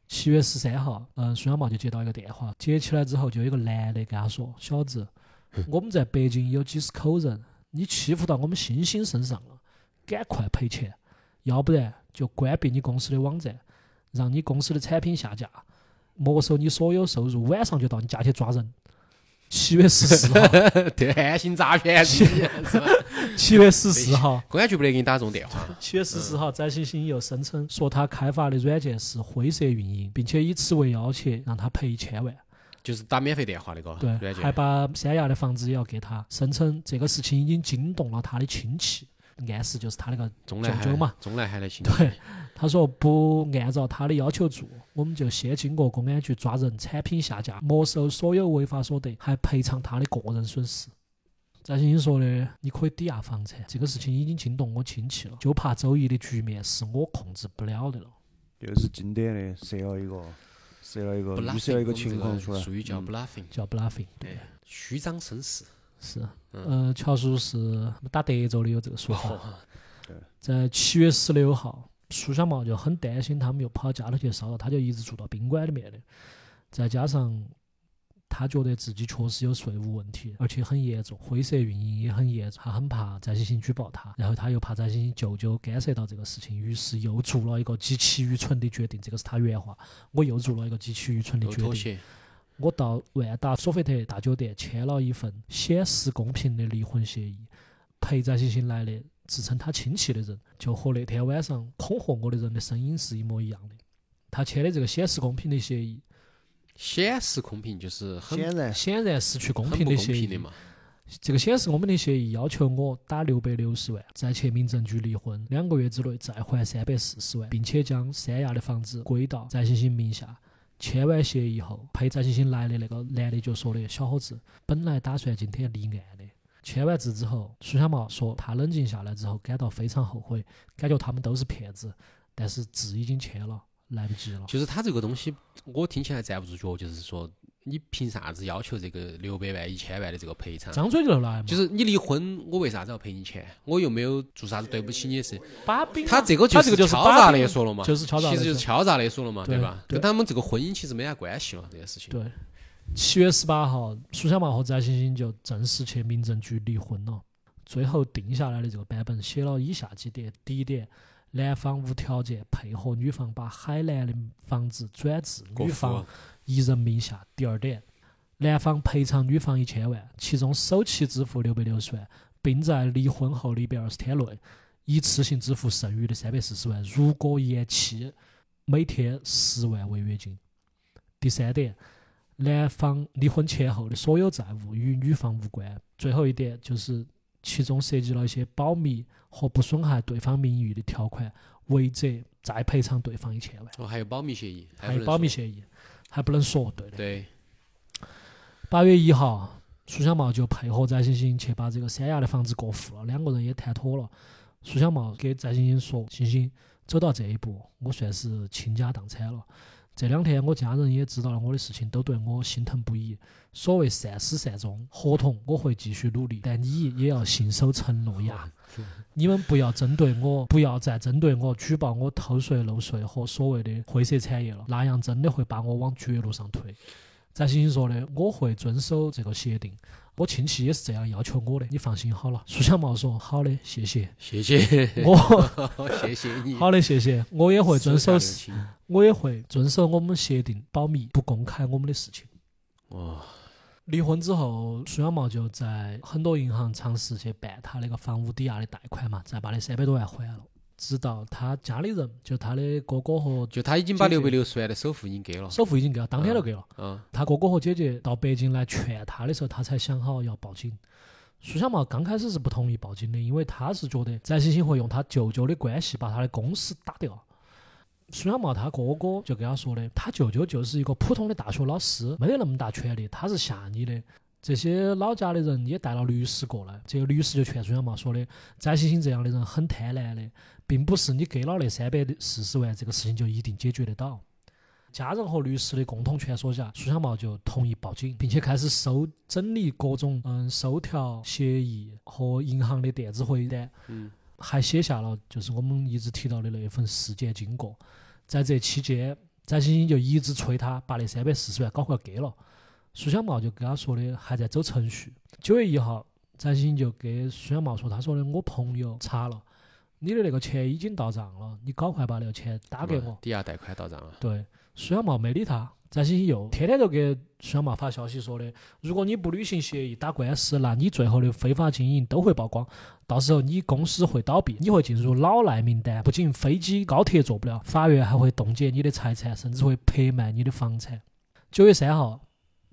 S4: 七月十三号，嗯，苏小茂就接到一个电话，接起来之后就有一个男的跟他说：“小子，我们在北京有几十口人，你欺负到我们欣欣身上了，赶快赔钱，要不然就关闭你公司的网站，让你公司的产品下架。”没收你所有收入，晚上就到你家去抓人。七月十四 号，
S5: 电信诈骗是吧？
S4: 七月十四号，嗯
S5: 公安局不得给你打这种电话。
S4: 七月十四号，翟欣欣又声称说他开发的软件是灰色运营，并且以此为要挟让他赔一千万。
S5: 就是打免费电话那个
S4: 对，
S5: 软
S4: 还
S5: 件，
S4: 把三亚的房子也要给他，声称这个事情已经惊动了他的亲戚，暗示就是他那个
S5: 中南
S4: 九
S5: 海
S4: 九嘛，
S5: 中南海的亲戚，
S4: 对，他说不按照他的要求做，我们就先经过公安局抓人，产品下架，没收所有违法所得，还赔偿他的个人损失。翟欣欣说的，你可以抵押房产，这个事情已经惊动我亲戚了，就怕周易的局面是我控制不了的了。
S3: 又是经典的设了一个，设了一个
S5: 不拉
S3: 预呃设了一个情况出来，
S5: 属于叫
S3: 嗯
S5: bluffing，
S4: 叫 bluffing，对，
S5: 虚张声势。
S4: 是，
S5: 嗯
S4: 呃，乔叔是打德州的有这个说法。
S5: 哦
S4: 在七月十六号，苏小茂就很担心他们又跑家头去骚扰，他就一直住到宾馆里面的。再加上他觉得自己确实有税务问题，而且很严重，灰色运营也很严重，他很怕翟欣欣举报他，然后他又怕翟欣欣舅舅干涉到这个事情，于是又做了一个极其愚蠢的决定，这个是他原话，我又做了一个极其愚蠢的
S5: 有
S4: 决
S5: 妥
S4: 定。
S5: 协，
S4: 我到万达索菲特大酒店签了一份显示公平的离婚协议，陪翟欣欣来的自称他亲戚的人，就和那天晚上恐吓我的人的声音是一模一样的。他签的这个显示公平的协议，
S5: 显示公平就是很
S3: 显然
S4: 显然失去公
S5: 哎很
S4: 平
S5: 不公
S4: 协议
S5: 平的。嘛。
S4: 这个显示公平的协议要求我打六百六十万，再去民政局离婚，两个月之内再还三百四十万，并且将三亚的房子归到翟欣欣名下。签完协议后，陪翟欣欣来的那个男的就说的：“小伙子，本来打算今天离岸的。”签完字之后，苏小茂说他冷静下来之后感到非常后悔，感觉他们都是骗子，但是字已经签了，来不及了。
S5: 就是他这个东西，我听起来站不住脚，就是说你凭啥子要求这个六百万、一千万的这个赔偿？
S4: 张嘴就来嘛，
S5: 就是你离婚，我为啥子要赔你钱？我又没有做啥子对不起你的事。
S4: 把柄嘛。
S5: 他这个
S4: 嗯他
S5: 就
S4: 这个就是
S5: 敲诈
S4: 把柄
S5: 勒索了嘛，
S4: 就是敲诈勒
S5: 其
S4: 索
S5: 实就是敲诈勒索了嘛，
S4: 对
S5: 吧？
S4: 对
S5: 跟他们这个婚姻其实没啥关系了，这个事情。
S4: 对，七月十八号，苏小茂和翟欣欣就正式去民政局离婚了。最后定下来的这个版本写了以下几点：第一点，男方无条件配合女方把海南的房子转至
S5: 过
S4: 女
S5: 户啊
S4: 方一人名下；第二点，男方赔偿女方一千万，其中首期支付六百六十万，并在离婚后的一百二十天内一次性支付剩余的三百四十万，如果延期，每天十万违约金。第三点，男方离婚前后的所有债务与女方无关。最后一点就是其中涉及了一些保密和不损害对方名誉的条款，违者再赔偿对方一千万，
S5: 哦，还有保密协议，
S4: 还
S5: 不
S4: 有
S5: 能
S4: 保密
S5: 说
S4: 协议，还不能说，对的。
S5: 对，
S4: 八月一号，苏小茂就配合翟欣欣去把这个三亚的房子过户了，两个人也谈妥了。苏小茂给翟欣欣说：“欣欣，走到这一步，我算是倾家荡产了。这两天我家人也知道了我的事情，都对我心疼不已。所谓善始善终，合同我会继续努力，但你也要信守承诺哎呀。”你们不要针对我，不要再针对我举报我偷税漏税和所谓的灰色产业了，那样真的会把我往绝路上推。翟欣欣说的，我会遵守这个协定，我亲戚也是这样要求我的，你放心好了。苏小茂说：“好的，谢谢。
S5: 谢谢，
S4: 我
S5: 谢谢你，
S4: 好的，谢谢，我也会遵守，
S5: 手下留情
S4: 我也会遵守我们协定，保密不公开我们的事情。”
S5: 哦，
S4: 离婚之后，苏小茂就在很多银行尝试去办他那个房屋抵押的贷款嘛，再把那三百多万还了。直到他家里人，就他的哥哥和
S5: 就他已经把
S4: 谢谢
S5: 六百六十万的首付已经给了，
S4: 首付已经给了，当天就给了。
S5: 嗯，
S4: 他哥哥和姐姐到北京来劝他的时候，他才想好要报警。苏小茂刚开始是不同意报警的，因为他是觉得翟欣欣会用他舅舅的关系把他的公司打掉。苏小茂他哥哥就跟他说的，他舅舅就是一个普通的大学老师，没得那么大权力，他是下你的。这些老家的人也带了律师过来，这个律师就劝苏小茂说的，翟欣欣这样的人很贪婪的，并不是你给了那三百四十万这个事情就一定解决得到。家人和律师的共同劝说下，苏小茂就同意报警，并且开始收整理各种嗯收条协议和银行的电子回单，
S5: 嗯，
S4: 还写下了就是我们一直提到的那一份事件经过。在这期间，翟欣欣就一直催他把那三百四十万搞快给了。苏小茂就跟他说的还在走程序。九月一号，翟欣欣就给苏小茂说，他说的我朋友查了，你的那个钱已经到账了，你搞快把那个钱打给我。
S5: 抵押嗯贷款到账了，
S4: 对，苏小茂没理他，翟欣欣又天天就给苏小茂发消息说的，如果你不履行协议打官司，那你最后的非法经营都会曝光，到时候你公司会倒闭，你会进入老赖名单，不仅飞机、高铁坐不了，法院还会冻结你的财产，甚至会拍卖你的房产。九月三号。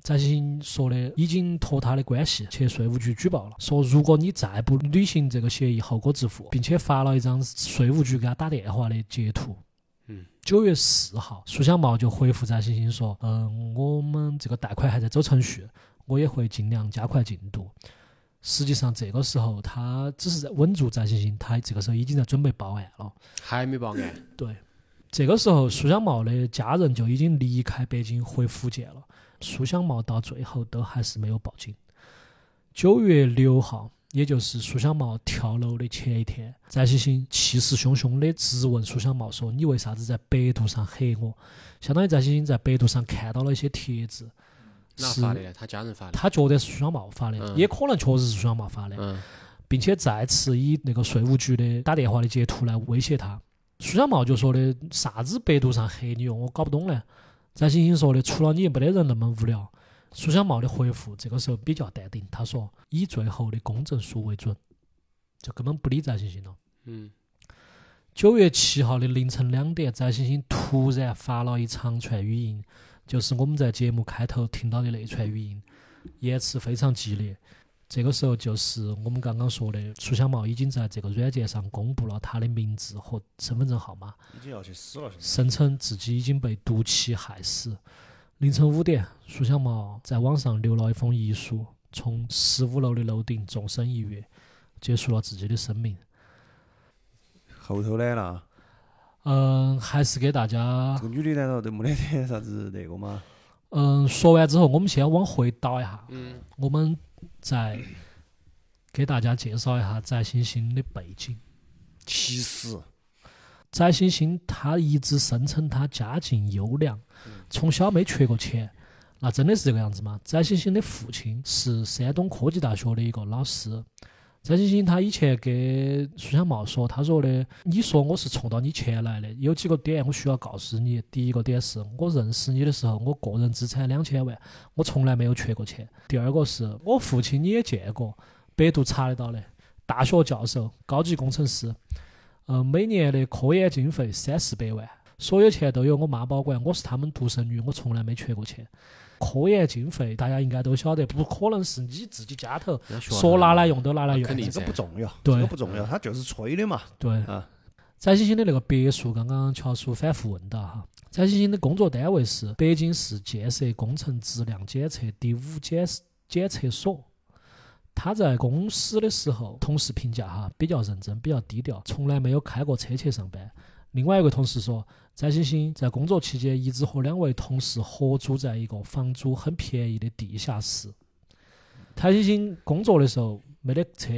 S4: 翟欣欣说的已经托他的关系去税务局举报了，说如果你再不履行这个协议，后果自负，并且发了一张税务局给他打电话的截图。九月四号，苏小茂就回复翟欣欣说：“嗯，我们这个贷款还在走程序，我也会尽量加快进度。”实际上，这个时候他只是在稳住翟欣欣，他这个时候已经在准备报案了。
S5: 还没报案，
S4: 对，这个时候苏小茂的家人就已经离开北京回福建了。苏小茂到最后都还是没有报警。九月六号，也就是苏小茂跳楼的前一天，翟欣欣气势汹汹的质问苏小茂说：“你为啥子在百度上黑我？”相当于翟欣欣在百度上看到了一些帖子，
S5: 哪
S4: 是
S5: 发的呢？他家人发的，
S4: 她觉得是苏小茂发的，
S5: 嗯
S4: 也可能确实是苏小茂发的。
S5: 嗯，
S4: 并且再次以那个税务局的打电话的截图来威胁他。苏小茂就说的啥子百度上黑你哟，我搞不懂嘞。翟欣欣说的除了你没得人那么无聊。苏小茂的回复这个时候比较淡定，他说以最后的公证书为准，就根本不理翟欣欣了。
S5: 嗯，
S4: 九月七号的凌晨两点，翟欣欣突然发了一长串语音，就是我们在节目开头听到的那一串语音，言辞非常激烈。这个时候就是我们刚刚说的，苏小茂已经在这个软件上公布了他的名字和身份证号码，
S3: 已经要去死了，现在。
S4: 声称自己已经被毒气害死。凌晨五点，苏小茂在网上留了一封遗书，从十五楼的楼顶纵身一跃，结束了自己的生命。
S3: 后头啊呢啦，
S4: 嗯，还是给大家
S3: 这个女的难道都没得点啥子那个吗？
S4: 嗯，说完之后，我们先往回倒一下，
S5: 嗯，
S4: 我们再给大家介绍一下翟欣欣的背景。
S3: 其实
S4: 翟欣欣她一直声称她家境优良，从小没缺过钱，那真的是这个样子吗？翟欣欣的父亲是山东科技大学的一个老师。翟欣欣她以前给苏小茂说，她说的：“你说我是冲到你钱来的，有几个点我需要告诉你。第一个点是我认识你的时候，我个人资产两千万，我从来没有缺过钱。第二个是我父亲你也见过，百度查得到的，大学教授，高级工程师，嗯、每年的科研经费三四百万，所有钱都由我妈保管，我是他们独生女，我从来没缺过钱。科研经费大家应该都晓得，不可能是你自己家头
S5: 人家学
S4: 说拿
S5: 了
S4: 来用都拿来用，
S5: 肯定
S3: 这个不重要，
S4: 对
S3: 这个不重要，他就是吹的嘛。
S4: 对
S3: 啊。
S4: 翟欣欣的那个别墅，刚刚乔叔反复问到哈，翟欣欣的工作单位是北京市建设工程质量检测第五检检测所，他在公司的时候，同事评价哈比较认真，比较低调，从来没有开过车去上班。另外一个同事说，翟星星在工作期间一直和两位同事合租在一个房租很便宜的地下室。翟星星工作的时候没得车，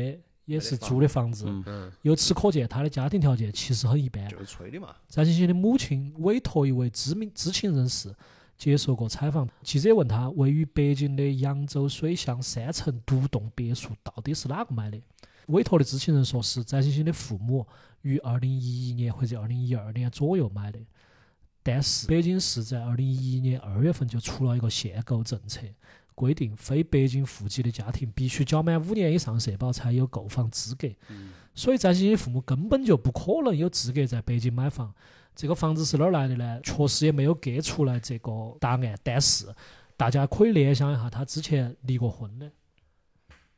S4: 也是租的房子，
S3: 嗯
S5: 嗯，
S4: 由此可见，他的家庭条件其实很一般。
S3: 就是吹的嘛。
S4: 翟欣欣的母亲委托一位知名知情人士接受过采访。记者问他，位于北京的扬州水巷三层独栋别墅到底是哪个买的？委托的知情人说是翟欣欣的父母于二零一一年或者二零一二年左右买的。但是北京市在二零一一年二月份就出了一个限购政策，规定非北京户籍的家庭必须缴满五年以上社保才有购房资格。所以翟欣欣父母根本就不可能有资格在北京买房。这个房子是哪儿来的呢？确实也没有给出来这个答案，但是大家可以联想一下，他之前离过婚的。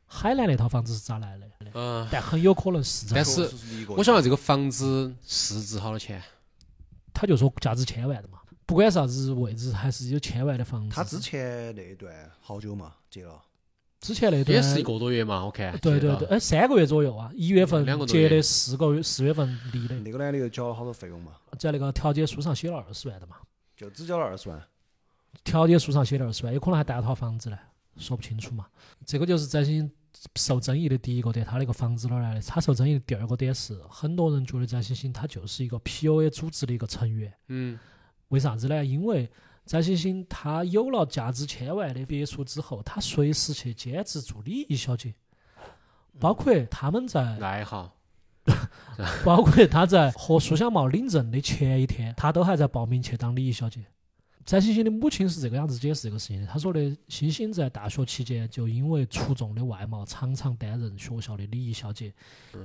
S4: 海南那套房子是咋来的？
S5: 嗯，
S4: 但很有可能是在
S5: 但是我想到这个房子市值好多钱？
S4: 他就说价值千万的嘛，不管啥子位置，还是有千万的房子。
S3: 他之前那一段好久嘛，结了，
S4: 之前那段
S5: 也是一个多月嘛，我看。
S4: 对
S5: 记
S4: 对
S5: 得
S4: 对，哎，三个月左右啊，一月份
S5: 两个多
S4: 结
S5: 月
S4: 的，四个月四月份离的，
S3: 那个男的又交了好多费用嘛，
S4: 在那个调解书上写了二十万的嘛，
S3: 就只交了二十万。
S4: 调解书上写了二十万，有可能还带了套房子呢，说不清楚嘛。这个就是翟欣受争议的第一个点，他那个房子哪儿来的？他受争议的第二个点是，很多人觉得翟欣欣她就是一个 PUA 组织的一个成员，
S5: 嗯，
S4: 为啥子呢？因为翟欣欣她有了价值千万的别墅之后，她随时去兼职做礼仪小姐，包括他们在
S5: 爱好。
S4: 包括他在和苏小茂领证的前一天，他都还在报名去当礼仪小姐。翟欣欣的母亲是这个样子解释这个事情的，她说的：欣欣在大学期间就因为出众的外貌，常常担任学校的礼仪小姐。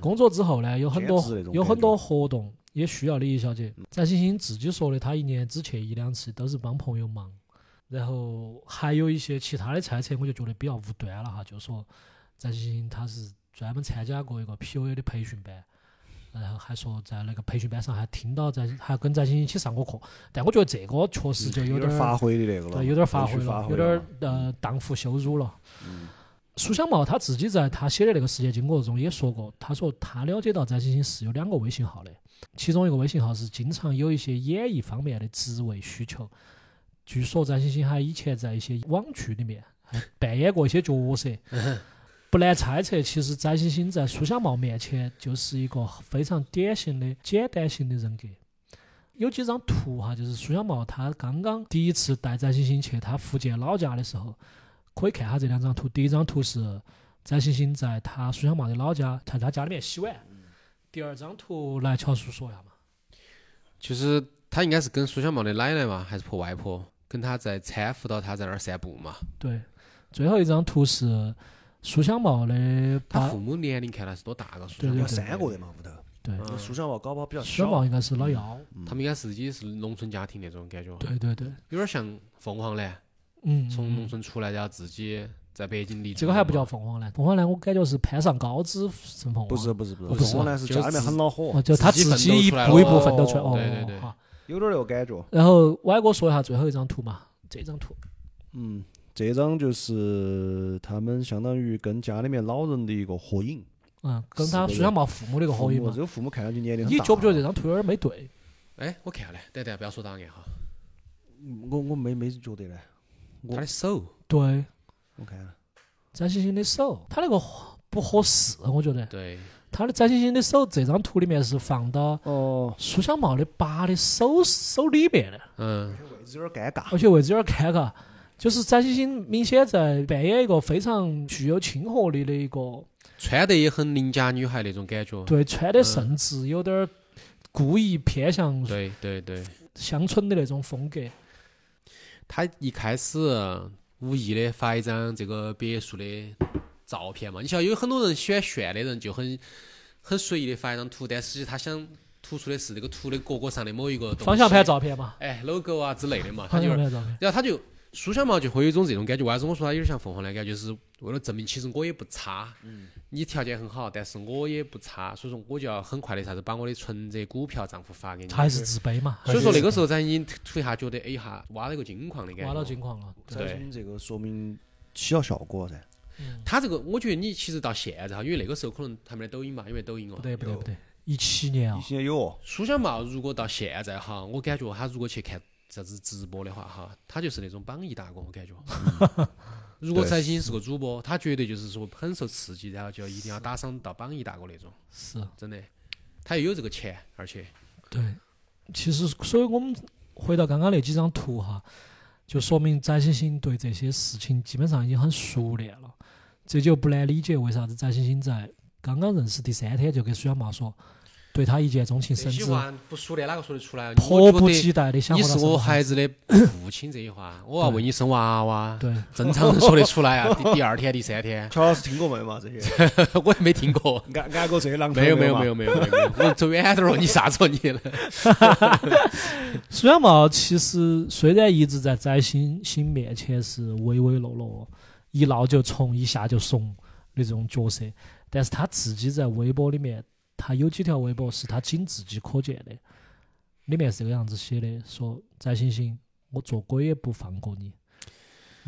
S4: 工作之后呢，有很多
S3: 兼职那种
S4: 有
S3: 感
S4: 很
S3: 觉嗯
S4: 多活动也需要礼仪小姐。翟欣欣自己说的，她一年只去一两次，都是帮朋友忙。然后还有一些其他的猜测，我就觉得比较无端了哈，就说翟欣欣她是专门参加过一个 PUA 的培训班，然后还说在那个培训班上还听到翟还跟翟欣欣一起上过课，但我觉得这个确实就
S3: 有
S4: 点
S3: 发挥的那个了，
S4: 对，有点发挥
S3: 了，
S4: 了，有嗯点呃荡妇羞辱了。苏小茂他自己在他写的那个世界经过中也说过，他说他了解到翟欣欣是有两个微信号的，其中一个微信号是经常有一些演艺方面的职位需求。据说翟欣欣还以前在一些网剧里面还扮演过一些角 色，不难猜测，其实翟欣欣在苏小茂面前就是一个非常典型的简单型的人格。有几张图哈，就是苏小茂他刚刚第一次带翟欣欣去他福建老家的时候，可以看下这两张图。第一张图是翟欣欣在他苏小茂的老家，在他家里面洗碗。第二张图来乔叔说一下嘛，
S5: 就是他应该是跟苏小茂的奶奶嘛，还是婆外婆，跟他在搀扶到他在那儿散步嘛。
S4: 对，最后一张图是苏小茂的
S5: 他
S4: 爸
S5: 父，母年龄看来是多大个？苏
S4: 啊对对
S5: 小茂
S3: 有
S4: 对
S3: 三个的嘛屋头。
S4: 对，
S5: 嗯
S3: 苏小茂搞不好比较
S4: 苏小
S3: 小
S4: 茂，应该是老幺，
S5: 他们应该是也是农村家庭那种感觉，
S4: 对对对，
S5: 有点像凤凰男，
S4: 嗯，
S5: 从农村出来，然后自己在北京立足
S4: 这个还不
S5: 嘛
S4: 叫凤凰男，凤凰男我感觉是攀上高枝成凤凰，
S3: 不是不是不
S4: 不啊
S3: 是，
S4: 是
S3: 凤凰男是
S5: 就是
S3: 家里面很恼火
S4: 哦，，就他
S5: 自
S4: 自
S5: 己奋斗
S4: 己一
S5: 出来了
S4: 步一步奋斗出来。
S3: 哦
S4: 哦，
S5: 对对对
S4: 好
S3: 有点那个感觉。
S4: 然后歪哥说一下最后一张图嘛，这张图，
S3: 嗯，这张就是他们相当于跟家里面老人的一个合影，
S4: 嗯，跟
S3: 是
S4: 他
S3: 的
S4: 苏小茂父母的一个合影
S3: 父母
S4: 嘛
S3: 这。个父母看上去年龄很
S4: 你
S3: 大啊
S4: 觉不觉得
S3: 了
S5: 啊
S4: 这张图有点没对？
S5: 哎，我看了，等等，不要说答案哈。
S3: 我我没没觉得呢，我
S5: 他的手，
S4: 对，
S3: 我看了，
S4: 翟欣欣的手，他那个不合适，我觉得
S5: 对，
S4: 他的翟欣欣的手这张图里面是放到
S3: 哦，
S4: 苏小茂的爸的手手里面的，
S5: 嗯，
S3: 位置有点尴尬，
S4: 而且位置有点尴尬。就是翟欣欣明显在扮演一个非常具有亲和力的一个
S5: 穿得也很邻家女孩那种感觉。
S4: 对，穿的甚至有点儿故意偏向
S5: 对对对，
S4: 乡村的那种风格。
S5: 他一开始无意的发一张这个别墅的照片嘛，你晓得有很多人喜欢炫的人就很很随意的发一张图，但实际他想突出的是这个图的各个上的某一个东西
S4: 方向盘，照片嘛，
S5: 哎，logo 啊之类的嘛，他
S4: 方
S5: 就
S4: 向盘照片。
S5: 然后他就苏小茂就会有一种这种感觉，为啥子我说他有点像凤凰的感觉？就是为了证明其实我也不差，你条件很好，但是我也不差，所以说我就要很快的啥子把我的存折、股票账户发给你。
S4: 还是自卑嘛。
S5: 所以说那个时
S4: 候
S5: 候咱已经突一下觉得，哎一下挖了个金矿的感觉。
S4: 挖到金矿了，
S5: 对
S3: 翟欣这个说明起到效果噻，
S5: 他这个，我觉得你其实到现在哈，因为那个时候可能还没得抖音嘛，因为抖音哦
S4: 不。对不对不对，一七年啊
S3: 以，前有哦，
S5: 苏小茂如果到现在哈，我感觉他如果去看啥子直播的话哈，他就是那种榜一打工，我 感觉。嗯如果财经是个主播，他绝对就是说很受刺激，然后就一定要打赏到榜一大哥那种，
S4: 是
S5: 真的。他又有这个钱，而且
S4: 对。其实，所以我们回到刚刚那几张图哈，就说明翟星星对这些事情基本上已经很熟练了。这就不难理解为啥子翟星星在刚刚认识第三天就跟苏小茂说，对他一见钟情，甚
S5: 这
S4: 至
S5: 些话不熟练哪个说得出来？
S4: 迫不
S5: 我觉
S4: 及
S5: 得
S4: 待的想
S5: 你
S4: 和他
S5: 是
S4: 生
S5: 我
S4: 活
S5: 孩子的父亲这一话，我要为你生娃娃。
S4: 对，
S5: 正常人说得出来啊。第第二天、第三天，
S3: 乔老师听过没嘛？这些
S5: 我也没听 过。
S3: 俺俺哥这些浪头
S5: 没有没
S3: 有
S5: 有
S3: 嘛
S5: 没有，没有没有，没有 我走远点儿了，你啥子哦你了？
S4: 苏小茂其实虽然一直在翟星星面前是唯唯诺诺，一闹就从，一下就怂的这种角色，但是他自己在微博里面，他有几条微博是他仅自己可见的，里面是这个样子写的：说翟星星，我做鬼也不放过你。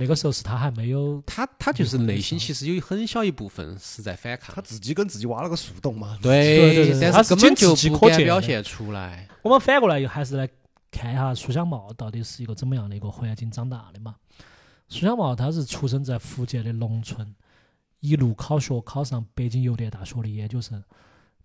S4: 那个时候是他还没有
S5: 他他就是内心其实有很小一部分是在反
S3: 他
S5: 抗，
S3: 自己跟自己挖了个树洞嘛。
S4: 对对对他
S5: 但
S4: 是
S5: 根本
S4: 仅
S5: 就
S4: 自己
S5: 不
S4: 可
S5: 敢
S4: 见
S5: 表
S4: 的
S5: 现出来。
S4: 我们反过来又还是来看一下苏小茂到底是一个怎么样的一个环境长大的嘛。苏小茂他是出生在福建的农村，一路考学考上北京邮电大学的研究生，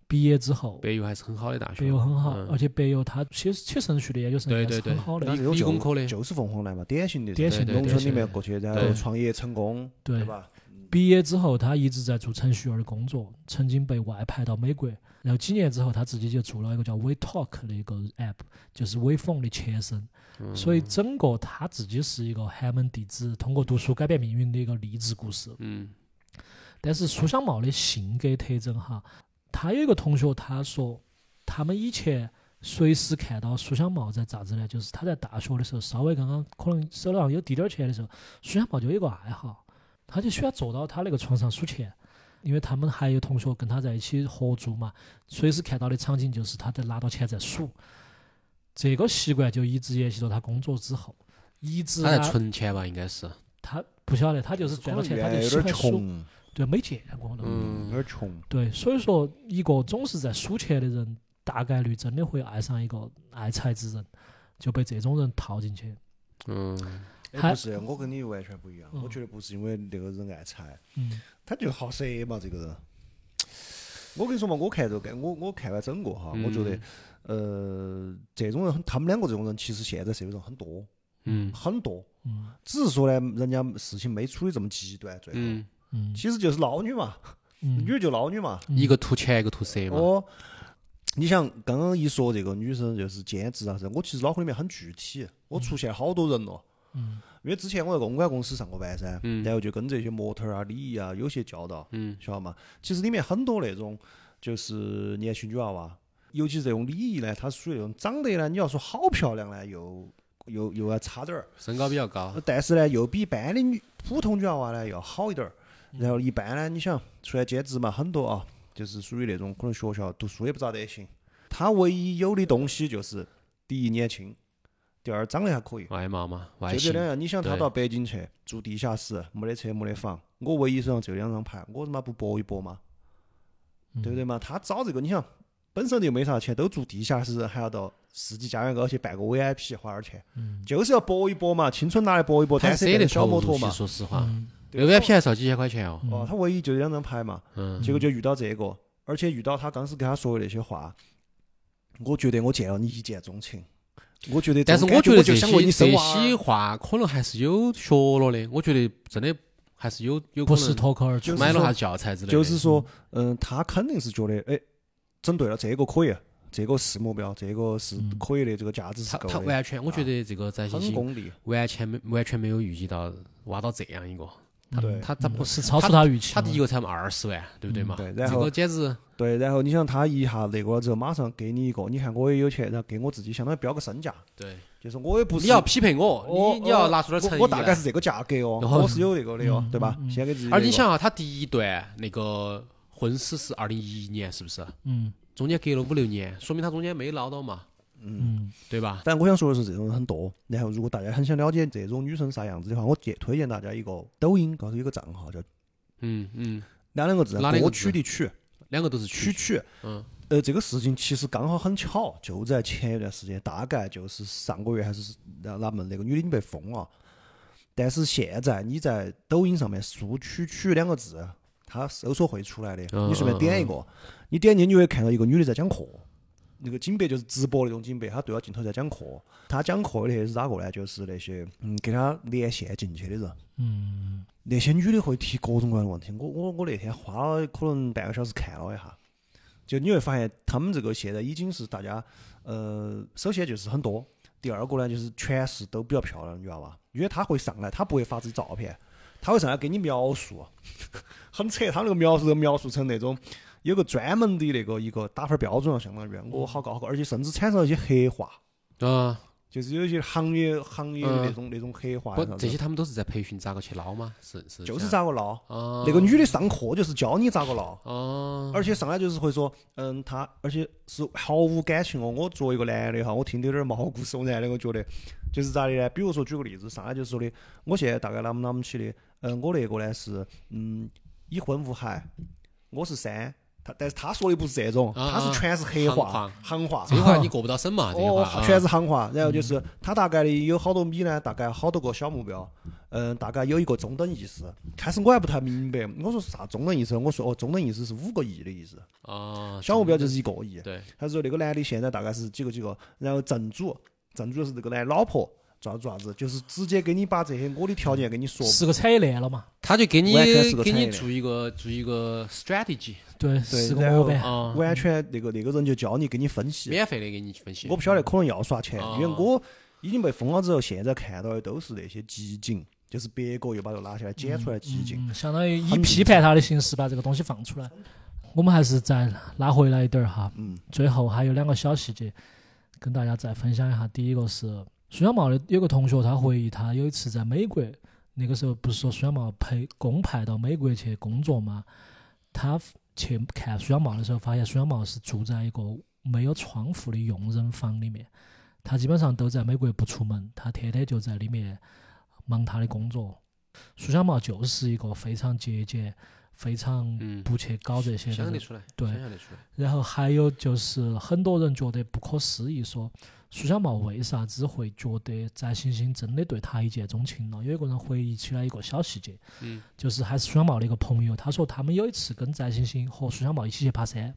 S4: 毕业之后
S5: 北邮还是很好的大学，
S4: 北邮很好，
S5: 嗯
S4: 而且北邮他写写程序的研究生
S5: 对
S4: 应该是
S5: 对
S4: 很
S5: 对
S4: 好的
S3: 那
S5: 理
S3: 这种
S5: 理工科的
S3: 就是凤凰男嘛，典型的
S4: 典型
S5: 的
S3: 农村里
S4: 典
S3: 面
S4: 型
S3: 过去，然后
S5: 对
S3: 创业成功，
S4: 对
S3: 对吧？嗯
S4: 毕业之后，他一直在做程序员的工作，曾经被外派到美国。然后几年之后，他自己就做了一个叫 WeTalk 的一个 app，就是微风的前身。所以整个他自己是一个寒门弟子，通过读书改变命运的一个励志故事。
S5: 嗯，
S4: 但是苏小茂的性格特征哈，他有一个同学他说，他们以前随时看到苏小茂在咋子呢？就是他在大学的时候，稍微刚刚可能手头上有滴点儿钱的时候，苏小茂就有个爱好，他就喜欢坐到他那个床上数钱。因为他们还有同学跟他在一起合租嘛，随时看到的场景就是他在拿到钱在数，这个习惯就一直延续到他工作之后，一直
S5: 他在
S4: 他
S5: 存钱吧，应该是，
S4: 他不晓得，他就是
S3: 可
S4: 赚
S3: 能
S4: 了钱他
S3: 原
S4: 就
S3: 来有
S4: 喜
S3: 点
S4: 欢数，
S3: 穷，
S4: 对，没见过的。
S3: 有
S5: 嗯，
S3: 点穷。
S4: 对，所以说一个总是在数钱的人，大概率真的会爱上一个爱财之人，就被这种人套进去。
S5: 嗯，
S4: 还
S3: 哎，不是，我跟你完全不一样。
S4: 嗯
S3: 我觉得不是因为那个人爱财，
S4: 嗯，
S3: 他就好色嘛，这个人。我跟你说嘛，我看这个，我我看完整个哈，
S5: 嗯
S3: 我觉得，呃，这种人很，他们两个这种人，其实现在社会上很多，
S5: 嗯
S3: 很多，
S4: 嗯
S3: 只是说呢，人家事情没处理这么极端，最后、
S5: 嗯，
S4: 嗯
S3: 其实就是捞女嘛，
S4: 嗯，
S3: 女就捞女嘛。
S4: 嗯
S5: 一个图钱，一个图色嘛，
S3: 哦，你想刚刚一说这个女生就是兼职啊，啥，我其实脑壳里面很具体，我出现好多人了。
S4: 嗯
S3: 因为之前我在公关公司上过班噻，
S5: 嗯
S3: 然后就跟这些模特儿啊、礼仪啊有些交道，
S5: 嗯
S3: 晓得嘛？其实里面很多那种就是年轻女娃娃，尤其是这种礼仪呢，它属于那种长得呢，你要说好漂亮呢，又又又要差点儿，
S5: 身高比较高，
S3: 但是呢，又比一般的女普通女娃娃呢要好一点儿。
S5: 嗯
S3: 然后一般呢，你想出来兼职嘛，很多啊，就是属于那种可能学校读书也不咋得行。她唯一有的东西就是第一年轻，第二长得还可以，
S5: 外貌嘛，外
S3: 就这
S5: 形，
S3: 两样。你想她
S5: 对
S3: 到北京去住地下室，没得车没得房，我唯一手上就两张牌，我他妈不搏一搏吗？
S4: 嗯
S3: 对不对
S5: 嗯
S3: 嘛？她找这个，你想本身就没啥钱，都住地下室，还要到世纪佳缘高去办个 VIP 花点儿钱，
S4: 嗯
S3: 就是要搏一搏嘛，青春拿来搏一搏，
S5: 他
S3: 单身
S5: 舍得
S3: 变小摩
S5: 投
S3: 托
S5: 入去，
S3: 嘛。
S5: 说实话，
S4: 嗯
S5: 六 VIP 还是要几千块钱哦，
S3: 哦，他唯一就两张牌嘛，
S5: 嗯
S3: 结果就遇到这个，而且遇到他当时跟他说的那些话，我觉得我见了你一见钟情，我觉得这
S5: 但是
S3: 种
S5: 我
S3: 感觉
S5: 觉得
S3: 就
S5: 这
S3: 想为
S5: 些
S3: 你生
S5: 这
S3: 娃
S5: 些
S3: 儿，
S5: 话可能还是有学了的，我觉得真的还是有有可
S4: 不是
S5: 能
S4: 脱口而出
S3: 就，是
S5: 买了
S3: 说
S5: 下教材之类的，
S3: 就是说，嗯，他肯定是觉得，哎，整对了，这个可以，这个是目标，这个是可以的，这个价值是
S5: 他
S3: 够
S5: 他
S3: 的，啊
S5: 完全，我觉得这个翟星
S3: 很
S5: 星
S3: 功利，
S5: 完全没完全没有预计到挖到这样一个，他
S3: 对嗯
S5: 他他不
S4: 嗯是超出他预期
S5: 他
S4: 了。
S5: 第一个才二十万，对不对嘛？
S3: 对然
S5: 这
S3: 后
S5: 个简直
S3: 对，然后你想他一下那个之后，马上给你一个，你看我也有钱，然后给我自己相当于标个身价，
S5: 对，
S3: 就是我也不是
S5: 你要匹配我，
S3: 我
S5: 你你要拿出点诚意
S3: 我我大概
S5: 来。
S3: 是这个价格哦，
S5: 然后
S3: 我是有那个的哦，对吧？先给自己。
S5: 嗯而你，想啊，他第一段那个婚史是二零一一年，是不是？
S4: 嗯
S5: 中间隔了五六年，说明他中间没捞到嘛，
S4: 嗯
S5: 对吧？
S3: 但我想说的是，这种人很多。然后，如果大家很想了解这种女生啥样子的话，我介推荐大家一个抖音高头有个账号叫
S5: 嗯嗯，
S3: 哪两个字
S5: 哪两？个
S3: 过
S5: 字
S3: 去的去，
S5: 两个都是
S3: 曲
S5: 曲，
S3: 曲。
S5: 嗯
S3: 呃，这个事情其实刚好很巧，就在前一段时间，大概就是上个月还是哪哪门那个女的已经被封了，但是现在你在抖音上面输“曲曲”两个字，它搜索会出来的，
S5: 嗯
S3: 你随便点一个，你点进去你会看到一个女的在讲课。那个景别就是直播那种景别，她对着镜头在讲课。她讲课的那些是哪个呢？就是那些嗯给她连线进去的人。
S4: 嗯，
S3: 那些女的会提各种各样的问题。我我我那天花了可能半个小时看了一下，就你会发现他们这个现在已经是大家呃，首先就是很多，第二个呢就是全是都比较漂亮的女娃娃，因为她会上来，她不会发自己照片，她会上来给你描述， 很扯。她那个描述都描述成那种有个专门的那个一个打分标准啊，相当于
S5: 嗯
S3: 我好高好高，而且甚至产生了一些黑化。
S5: 啊，
S3: 就是有一些行业行业的那种、那种黑化，
S5: 嗯不
S3: 啥，子
S5: 这些他们都是在培训咋个去捞吗？是是这样，
S3: 就是咋个闹，
S5: 啊，
S3: 那个女的上课就是教你咋个闹，
S5: 哦，
S3: 而且上来就是会说，嗯，她而且是毫无感情哦。我作为一个男的哈，我听得有点毛骨悚然的，我觉得就是咋的呢？比如说举个例子，上来就是说的，嗯我现在大概啷么啷么起的，嗯，我那个呢是嗯已婚无孩，我是三，他但是他说的不是这种，
S5: 啊
S3: 他
S5: 啊
S3: 是全是黑话行话，
S5: 这话你过不到审嘛，这
S3: 哦
S5: 话，啊
S3: 全是行话。然后就是他大概的有好多米呢，大概好多个小目标，嗯，大概有一个中等意思。开始我还不太明白，我说是啥中等意思？我说哦，中等意思是五个亿的意思，
S5: 啊，
S3: 小目标就是一个亿。
S5: 对，
S3: 他说那个男的现在大概是几个几个，然后正主，正主是这个男的老婆。咋子咋子，就是直接给你把这些我的条
S5: 嗯
S3: 件给你说，
S4: 是个产业链了嘛？
S5: 他就给你
S3: 完全是个
S5: 给
S3: 产业
S5: 你
S3: 链
S5: 做一个做一个 strategy
S4: 对，是个
S3: 然后
S4: 模板。嗯
S5: 啊，
S3: 完全那个那个人就教你给你分析。
S5: 免费的给你分析。
S3: 我不晓得，可能要刷钱，
S5: 哦
S3: 因为我已经被封了之后，现在看到的都是那些集锦，就是别个又把它拿下来剪出来集锦。
S4: 嗯，相当于以
S3: 很
S4: 批判他的形式把这个东西放出来。我们还是再拉回来一点儿哈，
S3: 嗯，
S4: 最后还有两个小细节跟大家再分享一下。第一个是苏小茂的有个同学，他回忆他有一次在美国，那个时候不是说苏小茂配公派到美国去工作吗？他去看苏小茂的时候，发现苏小茂是住在一个没有窗户的佣人房里面，他基本上都在美国不出门，他天天就在里面忙他的工作。苏小茂就是一个非常节俭，非常
S5: 嗯
S4: 不去搞这些的
S5: 想
S4: 人
S5: 得出来，
S4: 对
S5: 想象得出来。
S4: 然后还有就是很多人觉得不可思议说，苏小茂为啥子会觉得翟欣欣真的对他一见钟情了？有一个人回忆起来一个小细节，
S5: 嗯，
S4: 就是还是苏小茂的一个朋友，他说他们有一次跟翟欣欣和苏小茂一起去爬山，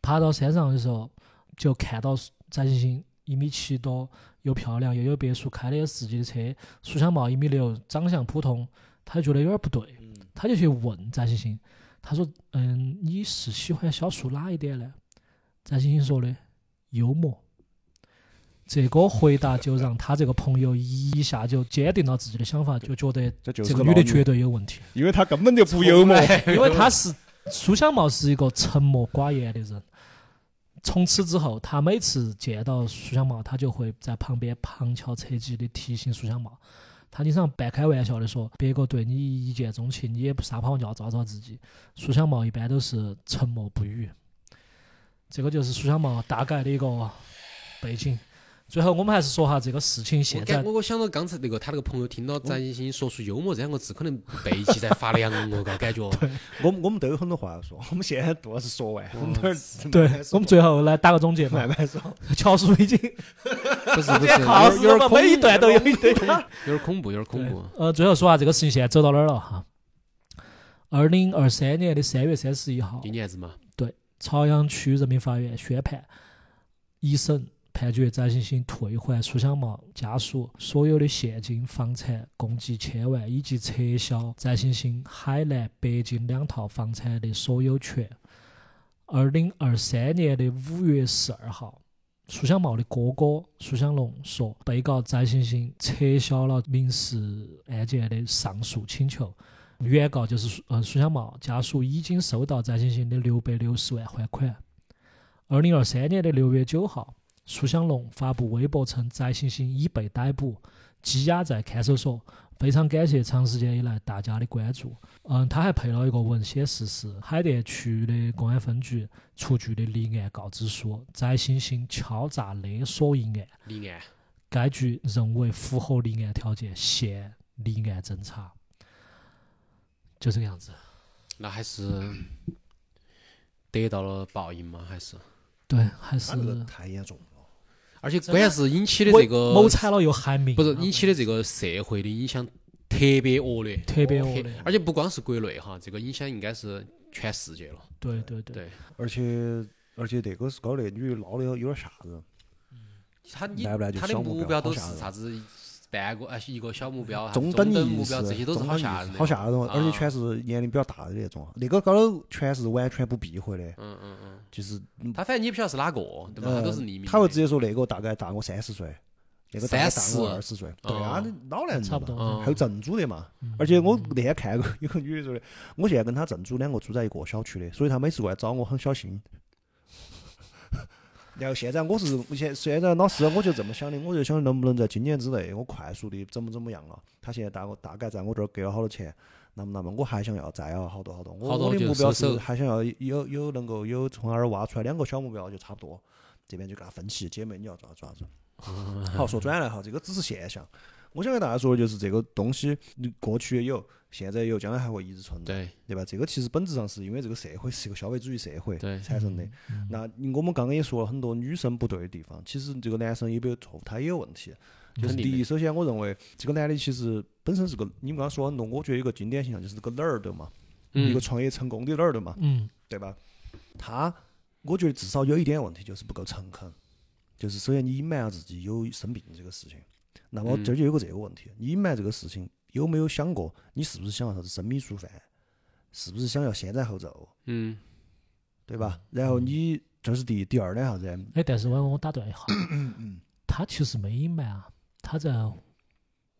S4: 爬到山上的时候就看到翟欣欣一米七多，又漂亮又有别墅，开的也是自己的车，苏小茂一米六，长相普通，他就觉得有点不对，他就去问翟欣欣，他说：“嗯，你是喜欢小树哪一点呢？”翟欣欣说的：“幽默。”这个回答就让他这个朋友一下就坚定了自己的想法，就觉得
S3: 这就
S4: 这
S3: 是
S4: 个
S3: 老
S4: 女的绝对有问题，
S3: 因为他根本就不幽 默。
S4: 因为她 是苏小茂是一个沉默寡言的人。从此之后，他每次见到苏小茂，他就会在旁边旁敲侧击的提醒苏小茂。他经常半开玩笑的说：“别个对你一见钟情，你也不撒泡尿照照自己。”苏小茂一般都是沉默不语。这个就是苏小茂大概的一个背景。最后，我们还是说哈这个事情
S5: 我
S4: 现在
S5: 感我我想到刚才那个他那个朋友听到翟欣欣说出“幽默”这两个字，可能背脊在发凉，我个感觉。
S3: 我们我们都有很多话要说，我们现在都是说完，我们等会儿
S4: 对
S3: 慢慢
S4: 我
S3: 说
S4: 们最后来打个总结
S3: 慢
S4: 嘛。
S3: 慢说。
S4: 乔叔已经
S5: 不是不是，
S4: 好
S5: 有有点恐
S4: 每一段都有一堆。
S5: 有点恐怖，有点恐怖。
S4: 呃，最后说下这个事情现在走到哪儿了哈？二零二三年的三月三十一号，
S5: 今年子嘛，
S4: 朝阳区人民法院宣判，一审判决翟欣欣退还苏小茂家属所有的现金、房产共计千万，以及撤销翟欣欣海南、北京两套房产的所有权。二零二三年的五月十二号，苏小茂的哥哥苏小龙说，被告翟欣欣撤销了民事案件的上诉请求。原告就是苏呃苏小茂家属已经收到翟欣欣的六百六十万还款。二零二三年的六月九号，苏小龙发布微博称翟欣欣已被逮捕，羁押在看守所。非常感谢长时间以来大家的关注。嗯，他还配了一个文显示是海淀区的公安分局出具的立案告知书，翟欣欣敲诈勒索一案，
S5: 立案。
S4: 该局认为符合立案条件，现立案侦查。就这个样子。
S5: 那还是得到了报应吗？还是？
S4: 对，还是
S3: 那这个太严重了。
S5: 而且关键是引起的
S4: 我
S5: 这个
S4: 谋财了又害命，啊
S5: 不是引起的这个社会的影响特别恶劣，
S4: 特别恶
S5: 特
S4: 劣。
S5: 而且不光是国内哈，这个影响应该是全世界了。
S4: 对对对，
S5: 对
S3: 而且而且那个是搞那女的闹的有点吓人，
S5: 他你
S3: 来不来就
S5: 他的
S3: 小目
S5: 目
S3: 标
S5: 标
S3: 好
S5: 都
S3: 吓
S5: 是
S3: 人
S5: 啥子半个哎一个小目标啊，
S3: 中
S5: 等
S3: 等意
S5: 目标
S3: 识，
S5: 这些都是
S3: 中
S5: 好
S3: 等意
S5: 吓
S3: 识
S5: 人的，
S3: 好吓人哦，
S5: 啊
S3: 而且全是年龄比较大的那种，啊那个高头全是完全不避讳的，
S5: 嗯嗯嗯，
S3: 就是
S5: 他反正你也不晓得是哪个，对吧？
S3: 呃
S5: 他都是匿名的。
S3: 他会直接说那个大概大我三十岁，那个大概大
S5: 30
S3: 我二十岁，对啊，
S5: 哦
S3: 那老男人
S4: 差不
S3: 嘛
S4: 多
S5: 嗯
S3: 还有正主的嘛。而且我那天看过有个女的说的，我现在跟她正主两个住在一个小区的，所以她每次过来找我很小心。然后现在我是现现在老师，我就这么想的，我就想能不能在今年之内我快速的怎么怎么样了。她现在大我大概在我这儿给了好多钱，那么那么我还想要再要好多好多，
S5: 好
S3: 我
S5: 多
S3: 我的
S5: 就
S3: 目标
S5: 收
S3: 是
S5: 手
S3: 还想要有有能够有从那儿挖出来两个小目标就差不多。这边就给她分析，姐妹你要抓抓 抓。好，说转来哈，这个只是现象。我想跟大家说的就是这个东西，你过去也有，现在也有，将来还会一直存在，
S5: 对
S3: 对吧？这个其实本质上是因为这个社会是一个消费主义社会
S5: 对
S3: 产生的。那你我们刚刚也说了很多女生不对的地方，其实这个男生也没有错误，他也有问题。就是
S5: 肯定
S3: 第一，
S5: 的
S3: 首先我认为这个男的其实本身是个，你们刚刚说很多，我觉得有个经典形象就是个 nerd 嘛，一
S5: 嗯
S3: 个，创业成功的 nerd 嘛，
S4: 嗯，
S3: 对吧？他我觉得至少有一点问题就是不够诚恳，就是首先你隐瞒了自己有生病这个事情，那么
S5: 嗯
S3: 这就有个这个问题，你隐瞒这个事情有没有想过你是不是想要啥子生米煮饭，是不是想要先斩后奏，
S5: 嗯，
S3: 对吧？然后你这是第第二呢啥子？
S4: 哎，但是我我打断一下，
S5: 嗯
S4: 他其实没隐瞒啊，他在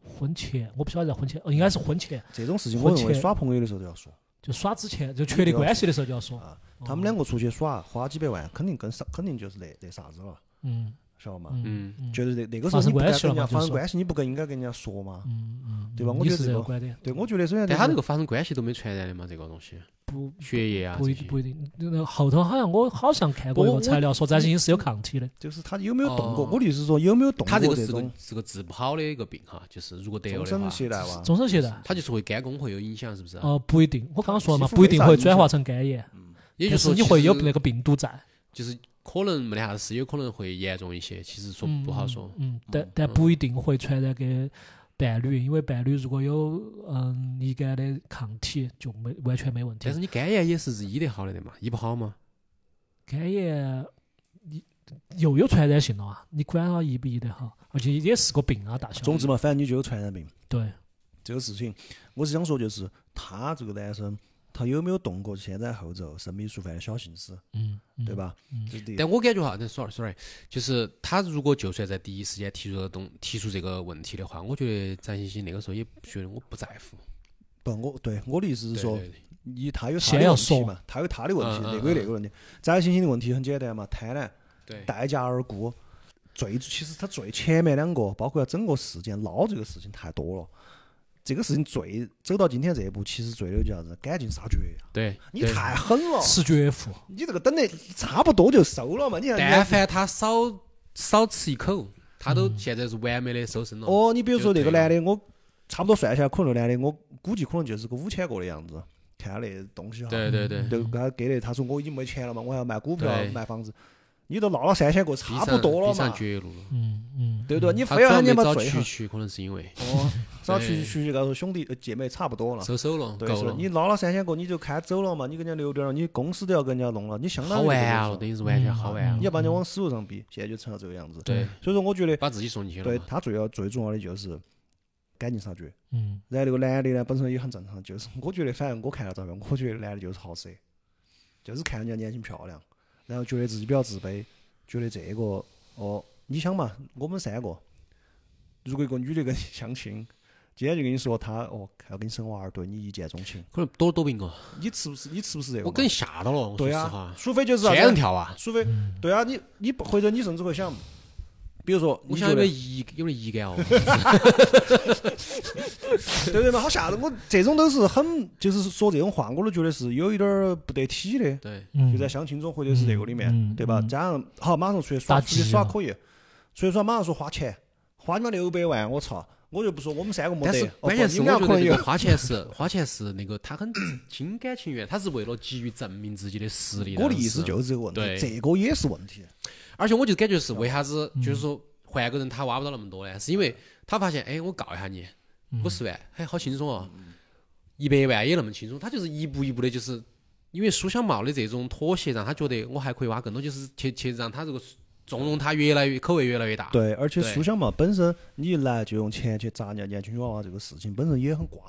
S4: 婚前，我不晓得在婚前，哦，应该是婚前，
S3: 这种事情我认为
S4: 婚前
S3: 耍朋友的时候都要说，
S4: 就耍之前，就确立关系的时候就要说，
S3: 他们两个出去耍花几百万，肯定跟啥肯定就是那那啥子了，
S4: 嗯
S3: 晓得吗？
S4: 嗯嗯
S3: 觉得那那个时候
S4: 发生
S3: 你不该
S4: 关系
S3: 跟
S4: 了
S3: 人家
S4: 嘛就
S3: 发生
S4: 说
S3: 关系，你不更应该跟人家说吗？
S4: 嗯嗯，
S3: 对吧
S4: 嗯
S3: 我
S4: 你
S3: 觉得
S4: 是
S3: 这
S4: 这个
S3: 个
S4: 观点，
S3: 对，我觉得首先就
S5: 但他
S3: 是
S5: 这个发生关系都没传染的嘛，这个东西
S4: 不
S5: 血液啊
S4: 不
S5: 这
S4: 一
S5: 些。
S4: 不一定，那个后头好像我好像看过一
S3: 我
S4: 个材料说占星是有抗体
S5: 嗯
S4: 的，
S3: 就是他有没有动过？
S5: 哦
S3: 我的意思是说有没有动
S5: 他这
S3: 过
S5: 个是
S3: 种
S5: 个是个治不好的一个病哈，就是如果得
S3: 终
S5: 了的
S3: 身
S5: 话，
S3: 携带哇？
S4: 终身携带。
S5: 他就是会肝功会有影响，是不啊是？
S4: 呃，不一定，我刚刚说了嘛，
S3: 皮肤
S4: 不一定
S3: 没啥
S4: 会
S3: 影
S4: 转
S3: 响
S4: 化成肝炎，
S5: 嗯
S3: 嗯
S5: 也就
S4: 但
S5: 是说
S4: 是你会有
S5: 其实
S4: 那个病毒在。
S5: 就是可能没得啥子事，有可能会严重一些。其实说
S4: 嗯
S5: 不好说，
S4: 嗯，但但不一定会传染给伴侣，因为伴侣如果有嗯乙肝的抗体，就没完全没问题
S5: 但。是你肝炎也是医得好的的嘛，医不好吗？
S4: 肝炎你又有传染性了啊，你管它医不医得好，而且也是个病啊，大小。
S3: 总之嘛，反正你就有传染病
S4: 对，
S3: 这个事情，我是想说就是他这个男生，他有没有动过先斩后奏、生米煮饭的小心思，
S4: 嗯，嗯
S3: 对？吧？
S4: 嗯
S3: 这是第一
S5: 但我感觉哈，那 sorry sorry，就是他如果就算在第一时间提出了东提出这个问题的话，我觉得翟欣欣那个时候也觉得我不在乎。
S3: 不，我对我的意思是
S5: 对
S3: 说
S5: 对，对
S3: 你他有他
S4: 先
S3: 的
S4: 要
S3: 问题
S4: 说
S3: 嘛，他有他的问题，
S5: 嗯嗯
S3: 那个有那个问题。翟欣欣的问题很简单嘛，贪婪、
S5: 对
S3: 待价而沽。最其实他最前面两个，包括整个事件捞这个事情太多了。这个事情最走到今天这一步，其实最的就是赶尽杀绝呀！
S5: 对，
S3: 你
S5: 对
S3: 太狠了，
S4: 吃绝户，
S3: 你这个等的差不多就收了嘛，你看人
S5: 但
S3: 家。
S5: 凡他少少吃一口，他都现在是完美的收身了。
S3: 嗯哦，你比如说
S5: 就
S3: 那个
S5: 退
S3: 男的，我差不多算下来，可能那男的我估计可能就是个五千个的样子，看那东西哈，
S5: 对对对，
S3: 就给他给的，他说我已经没钱了嘛，我还要卖股票
S5: 对
S3: 卖房子，你都闹了三千个，
S5: 逼
S3: 差不
S5: 上
S3: 多了
S5: 逼上
S3: 嘛，
S5: 绝路了。
S4: 嗯嗯，
S3: 对不对？你
S5: 他
S3: 非
S5: 主
S3: 要
S5: 要
S3: 喊
S5: 没
S3: 你把
S5: 找
S3: 最
S5: 蛐
S3: 狠，
S5: 蛐，可能是因为
S3: 哦， 找
S5: 对
S3: 去去去，告诉兄弟呃姐妹差不多了。
S5: 收手了，
S3: 对，
S5: 够
S3: 是
S5: 了，
S3: 你捞了三千个，你就开走了嘛，你给人家留点了，你公司都要跟人家弄了，你相当
S5: 好
S3: 于
S5: 啊玩
S3: 就是嗯
S5: 了，等于是完全好玩啊
S3: 你
S5: 了。
S3: 要把人家往死路上逼，现在就成了这个样子。
S5: 嗯对，
S3: 所以说我觉得
S5: 把自己送进去了
S3: 嗯对
S5: 嘛。
S3: 他最要最重要的就是赶尽杀绝。
S4: 嗯，
S3: 然后那个男的呢，本身也很正常，就是我觉得，反正我看到照片，我觉得男的就是好色，就是看人家年轻漂亮，然后觉得自己比较自卑，觉得这个哦，你想嘛，我们三个，如果一个女的跟你相亲，今天就跟你说她哦要跟你生娃儿，对你一见钟情，
S5: 可能多多病哦，
S3: 你吃不是你吃不是这个嘛？
S5: 我给你吓到了，我说
S3: 对
S5: 实
S3: 啊
S5: 话，，
S3: 除非就是啥
S5: 仙人
S3: 子，
S5: 跳啊！
S3: 除非对啊，你你不或者你甚至会想，比如说
S5: 我
S3: 你
S5: 想
S3: 觉
S5: 有
S3: 得
S5: 点乙有点乙肝哦，
S3: 对不对嘛？好吓人！我这种都是很就是说这种话，我都觉得是有一点儿不得体的。
S5: 对，
S4: 嗯
S3: 就在相亲中或者是这个里面，
S4: 嗯嗯
S3: 对吧？
S4: 嗯
S3: 加上好，马上出去耍，
S4: 打
S3: 出去
S4: 击
S3: 耍
S4: 了
S3: 可以，出去耍马上说花钱，花你妈六百万，我操！我就不说我们三个没
S5: 但
S3: 得
S5: 是，
S3: 哦
S5: 关键
S3: 不
S5: 是
S3: 你们俩
S5: 我觉
S3: 可
S5: 得
S3: 能
S5: 这
S3: 有
S5: 个，花钱是花钱是那个他很 心甘情愿，他是为了急于证明自己的啊实力。
S3: 我的
S5: 当
S3: 意
S5: 时
S3: 思就是这个问题，
S5: 对
S3: 这个也是问题。
S5: 而且我就感觉是为啥子，
S3: 嗯
S5: 就是说换个人他挖不到那么多呢？是因为他发现，哎，我告一下你，
S3: 嗯
S5: 五十万，哎，好轻松哦，一百万也那么轻松。他就是一步一步的，就是因为苏小茂的这种妥协，让他觉得我还可以挖更多，就是去去让他这个纵容他越来越口味越来越大。，
S3: 对，而且
S5: 对
S3: 苏小茂本身，你一来就用钱去砸人家年轻娃娃这个事情，本身也很瓜，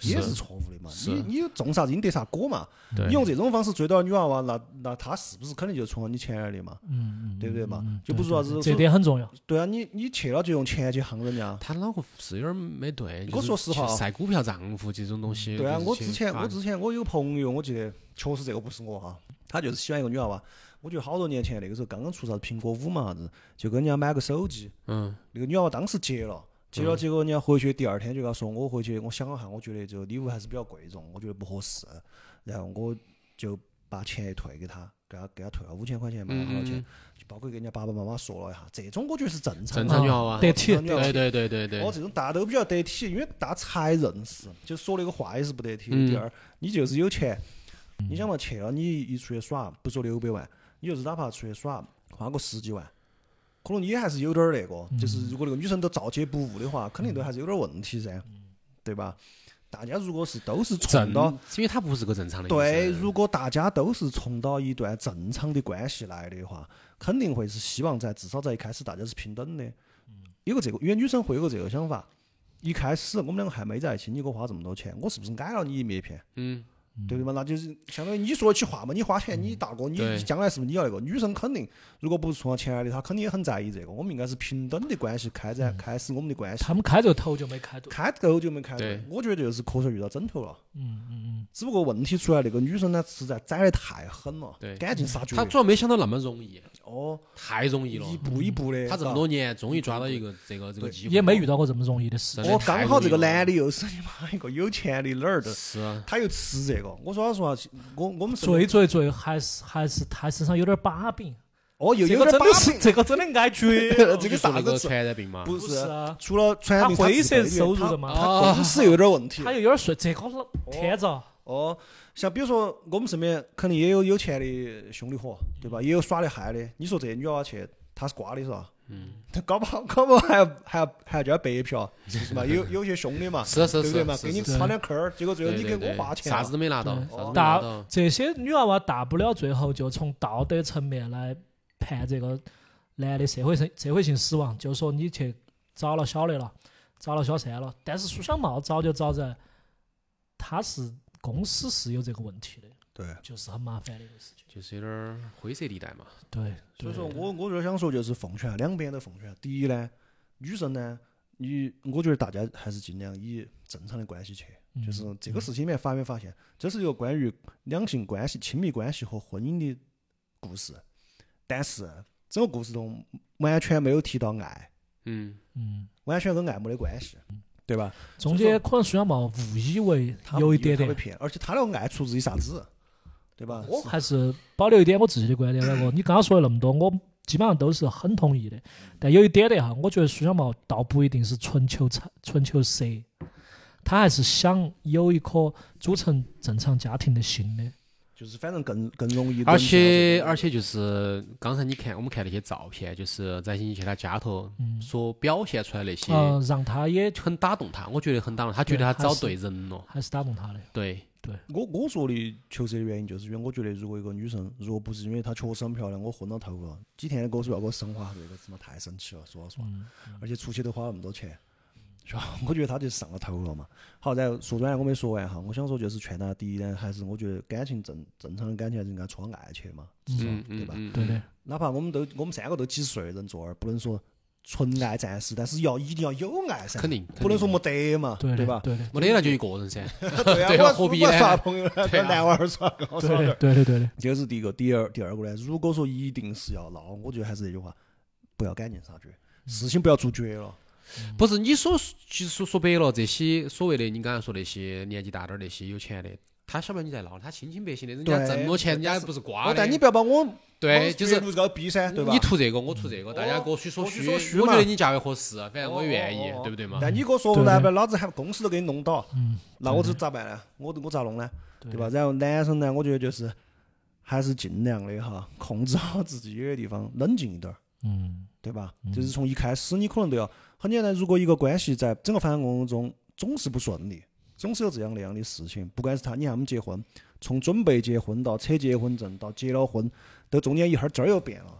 S3: 也
S5: 是
S3: 是错误的嘛。
S5: 是
S3: 你你种啥子你得啥果嘛。
S5: 对
S3: 你用这种方式追到女娃娃，那那她是不是肯定就冲着你钱来的嘛？
S4: 嗯，嗯
S3: 对不对嘛
S4: 嗯
S3: 就不
S4: 对
S3: 说啥
S4: 对
S3: 子
S4: 这
S3: 说
S4: 点很重要。
S3: 对啊，你你去了就用钱去夯人家。
S5: 他脑壳是有点没对。
S3: 我说实话啊
S5: 就是晒股票账户这种东西。
S3: 对啊，
S5: 就是
S3: 我
S5: 去
S3: 之前
S5: 发
S3: 我之前我有个朋友，我记得确实这个不是我哈，他就是喜欢一个女娃娃。我觉得好多年前那个时候刚刚出啥子苹果五嘛啥子，就跟人家买个手机，
S5: 嗯，
S3: 那个女娃娃当时结了，结了，结果人家回去第二天就跟她说，我回去我想了下，我觉得这个礼物还是比较贵重，我觉得不合适，然后我就把钱退给她，给她给她退了五千块钱嘛，
S5: 嗯
S3: 多少
S5: 嗯
S3: 钱
S5: 嗯？
S3: 就包括跟人家爸爸妈妈说了一下，这种我觉得是正常
S5: 正
S3: 的。
S5: 常就好啊。
S4: 得体
S3: 正常就好
S5: 对对对对对
S3: 哦，，这种大家都比较得体，因为大家才认识，就说那个话也是不得体的。
S5: 嗯
S3: 第二，你就是有钱，你想嘛，去了你一出去耍，不说六百万，你就是哪怕出去耍花个十几万，可能你也还是有点儿那个，
S5: 嗯
S3: 就是如果那个女生都照接不误的话，肯定都还是有点儿问题噻，
S5: 嗯
S3: 对吧？大家如果是都是
S5: 正
S3: 冲到，
S5: 因为他不是个正常的女生。
S3: 对，如果大家都是从到一段正常的关系来的话，肯定会是希望在至少在一开始大家是平等的。有个这个，因为女生会有个这个想法：一开始我们两个还没在一起，你给我花这么多钱，我是不是挨了你一面片？
S5: 嗯。
S3: 对不对嘛？那就是相当于你说得起话嘛，你花钱，你大哥，你
S5: 对
S3: 将来是不是你要那个？女生肯定，如果不是冲到钱来的，她肯定也很在意这个。我们应该是平等的关系开
S5: 嗯
S3: 展，开始我们的关系。
S4: 他们开这个头就没开对。
S3: 开头就没开对
S5: 对，
S3: 我觉得就是瞌睡遇到枕头了。
S4: 嗯嗯嗯，
S3: 只不过问题出来，那个女生呢，实在宰得太狠了，
S5: 对
S3: 赶尽杀绝。
S5: 他主要没想到那么容易，
S3: 哦，
S5: 太容易了。
S3: 一步一步啊的，
S5: 他这么
S3: 嘎
S5: 多。年终于抓到一个这个这个机会，
S4: 也没遇到过这么容易的事
S5: 真
S4: 情。
S5: 的
S3: 哦，
S5: 太
S3: 刚好这个
S5: 容易了
S3: 男的又是你妈一个有钱的哪儿的，
S5: 是啊，
S3: 他又吃这个。我说老实话，我我们是
S4: 最最最还是还是他身上有点把柄，
S3: 哦又
S4: 这
S3: 有
S4: 个
S3: 点
S4: 真
S3: 把
S4: 的是
S3: 柄，
S4: 这个真的挨绝
S3: 这
S4: 了。
S3: 个
S5: 你说
S3: 啥
S5: 那个
S3: 子
S5: 传染病嘛？
S3: 不
S4: 不是啊
S3: 除了传
S4: 他
S3: 明
S4: 灰
S3: 是
S4: 色
S3: 被
S4: 收入
S3: 他
S4: 的嘛啊
S3: 他公司有点问题
S4: 他。有点睡，这个老天着，
S3: 哦，像比如说我们身边肯定也有有钱的兄弟伙，对吧？也有耍得嗨的。你说这女娃娃去，她是瓜的是吧？
S5: 嗯，
S3: 他搞不好搞不好还要还要还要叫他白嫖，是不是嘛？有 有些凶的嘛，
S5: 是啊是
S3: 对不对
S5: 是
S3: 嘛？
S5: 是
S3: 给你
S5: 是
S3: 插两坑儿，结果最后
S5: 对
S3: 你
S5: 对
S3: 给
S5: 对
S3: 我花钱了，
S5: 啥子都没拿到，
S4: 对
S5: 啥子都没拿
S4: 大
S5: 到。
S4: 这些女娃娃大不了最后就从道德层面来判这个男的社会性社会性死亡，就说你去找了小的了，找了小三了，但是苏小茂早就找在，他是公司是有这个问题的，
S3: 对。
S4: 就是很麻烦的一个事情。
S5: 就是有点儿灰色地带嘛，
S4: 对，
S3: 所以说我我就想说，就是奉劝两边都奉劝。第一呢，女生呢，你我觉得大家还是尽量以正常的关系去。
S4: 嗯
S3: 就是这个事情里面发没发现，这是一个关于两性关系、亲密关系和婚姻的故事，但是整个故事中完全没有提到爱，
S5: 嗯，
S4: 嗯，
S3: 完全跟爱没得关系，对吧？
S4: 中
S3: 所以
S4: 间可能苏小茂误以为
S3: 他
S4: 有一
S3: 不
S4: 点
S3: 他被
S4: 点，
S3: 骗，而且他那个爱出自于啥子，对吧？
S4: 我还是保留一点我自己的观 点。那个，你刚刚说了那么多，我基本上都是很同意的。
S3: 嗯
S4: 但有一点点哈，我觉得苏小茂倒不一定是纯求财、纯求色，他还是想有一颗组成正常家庭的心的。
S3: 就是反正更更容易。
S5: 而且而且就是刚才你看我们看那些照片，就是翟欣去他家头
S4: 嗯
S5: 所表现出来那些，
S3: 哦
S4: 嗯、让他也
S5: 很打动他，我觉得很打动他，觉得
S4: 对
S5: 他
S4: 还
S5: 找
S4: 是
S5: 对人了，
S4: 还是打动他的。
S5: 对，
S3: 我我说的求色的原因，就是因为我觉得，如果一个女生如果不是因为她确实很漂亮，我昏到头了，几天跟我说要给我升华，这个他妈太生气了，说老实话，
S4: 嗯，
S3: 而且出去都花那么多钱，是吧？ 我觉得她就是上了头了嘛。好，然后说转来我没说完哈，我想说就是劝大家，第一呢，还是我觉得感情正正常的感情还是应该冲爱去嘛，至少、
S5: 嗯
S3: 对
S5: 嗯
S3: 吧？
S5: 嗯，
S4: 对的。
S3: 哪怕我们都我们三个都几十岁的人坐那儿，不能说纯爱战士，但是要一定要有爱噻，
S5: 肯定
S3: 不能说
S5: 肯定
S3: 没得嘛，
S4: 对的，
S3: 吧？
S4: 对的，
S5: 没得那就一个人噻，
S3: 对
S5: 对
S3: 啊，
S5: 吧
S3: 我
S5: 何必
S3: 我
S5: 呢
S3: 耍朋友呢，
S5: 对
S3: 跟
S5: 啊
S3: 男娃儿耍，跟我耍
S4: 对
S3: 点
S4: 的，
S3: 儿。
S4: 对的，对的。
S3: 这个是第一个，第二第二个呢，如果说一定是要闹，我觉得还是那句话，不要赶尽杀绝，
S4: 嗯
S3: 事情不要做绝了。
S5: 不是你所其实说说白了，这些所谓的你刚才说那些年纪大点儿那些有钱的，他晓不晓得你在闹？他清清白白的，人家挣了钱，人家不是瓜
S3: 哦
S5: 的。，
S3: 但你不要把我
S5: 啊对，就是
S3: 路高逼噻，对吧？嗯
S5: 你图这个，我图这个，大家各取所
S3: 各取
S5: 需。
S3: 所需
S5: 我
S3: 嘛
S5: 觉得你价位合适，啊反正我也愿意
S3: 哦哦哦，
S5: 对不对嘛？
S3: 但你给我说不
S4: 嗯对
S3: 来呗，老子还公司都给你弄倒，
S4: 嗯，
S3: 那我这咋办呢？我我咋弄呢？
S4: 对
S3: 对吧？？然后男生呢，我觉得就是还是尽量的哈，控制好自己有些地方，冷静一点儿，
S4: 嗯，
S3: 对吧？就是从一开始你可能都要很简单。如果一个关系在整个发展过程中总是不顺利，总是有这样那样的事情，不管是他你看他们结婚，从准备结婚到扯结婚证到结了婚，都中间一会儿这儿又变了。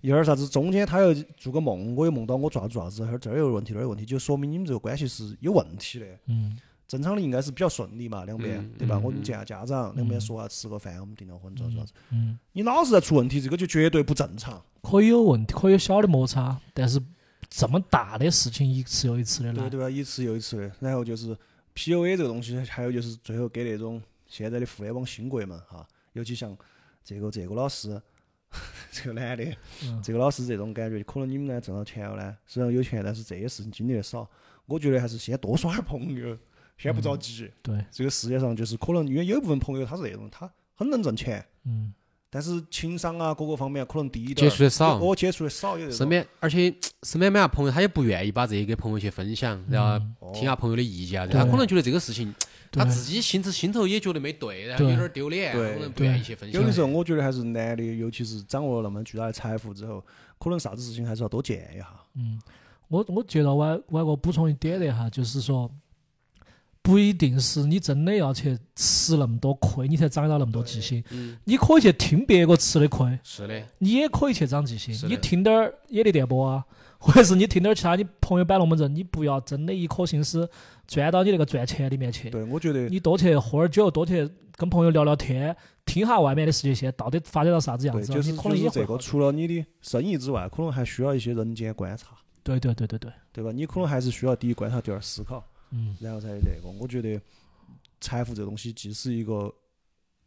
S3: 一会儿啥子？中间他又做个梦，我又梦到我做啥子做啥子，一会儿这儿又有问题，那儿有问题，就说明你们这个关系是有问题的。
S4: 嗯，
S3: 正常的应该是比较顺利嘛，两边、
S5: 嗯
S3: 对吧？
S5: 嗯
S3: 我们见下家长，两边
S4: 嗯
S3: 说下吃个饭，我们订了婚，咋咋子。
S4: 嗯，
S3: 你老是在出问题，这个就绝对不正常。
S4: 可以有问题，可以有小的摩擦，但是这么大的事情一次又一次的
S3: 对
S4: 来，
S3: 对吧？一次又一次的，然后就是 PUA 这个东西，还有就是最后给那种现在的互联网新贵们哈，尤其像这个这个老师， 这个男的，
S4: 嗯
S3: 这个老师这种感觉，可能你们呢挣到钱了呢，虽然有钱，但是这些事情经历的少，我觉得还是先多耍点朋友，先不着急。
S5: 嗯
S4: 对，
S3: 这个世界上就是可能因为有一部分朋友他是那种他很能挣钱，
S4: 嗯，
S3: 但是情商啊各个方面可能低一点儿，
S5: 接触的少，
S3: 我接触的少，有这种
S5: 身边而且身边没啥朋友，他也不愿意把这些给朋友去分享，然
S3: 哦
S5: 后
S4: 嗯
S5: 听下朋友的意见啊。
S4: 对
S5: 他可能觉得这个事情，
S4: 对
S5: 他自己心头心头也觉得没对，然后有
S4: 对
S5: 点儿丢脸，
S3: 对
S5: 可能不愿意去分
S3: 有的时
S5: 享。
S3: 候，我觉得还是男的，尤其是掌握了那么巨大的财富之后，可能啥子事情还是要多见一下。
S4: 嗯，我我觉得我我我补充一点的哈，就是说，不一定是你真的要去吃那么多亏，你才长到那么多记性。
S5: 嗯，
S4: 你可以去听别个吃的亏，
S5: 是的，
S4: 你也可以去长记
S5: 是
S4: 性。
S5: 的
S4: 你听点儿野地电波啊， 或者是你听点儿其他你朋友摆龙门阵，你不要真的一颗心思钻到你那个赚钱里面去。
S3: 对，我觉得
S4: 你多去喝点儿酒，多去跟朋友聊聊天，听下外面的世界线到底发展到啥子样
S3: 对，
S4: 子，
S3: 就是
S4: 你可
S3: 就
S4: 能
S3: 是
S4: 也会
S3: 这个，
S4: 好
S3: 除了你的生意之外，可能还需要一些人间观察，
S4: 对对对对对，
S3: 对吧？你可能还是需要第一观察，第二思考，
S4: 嗯
S3: 然后才那个。我觉得财富这东西既是一个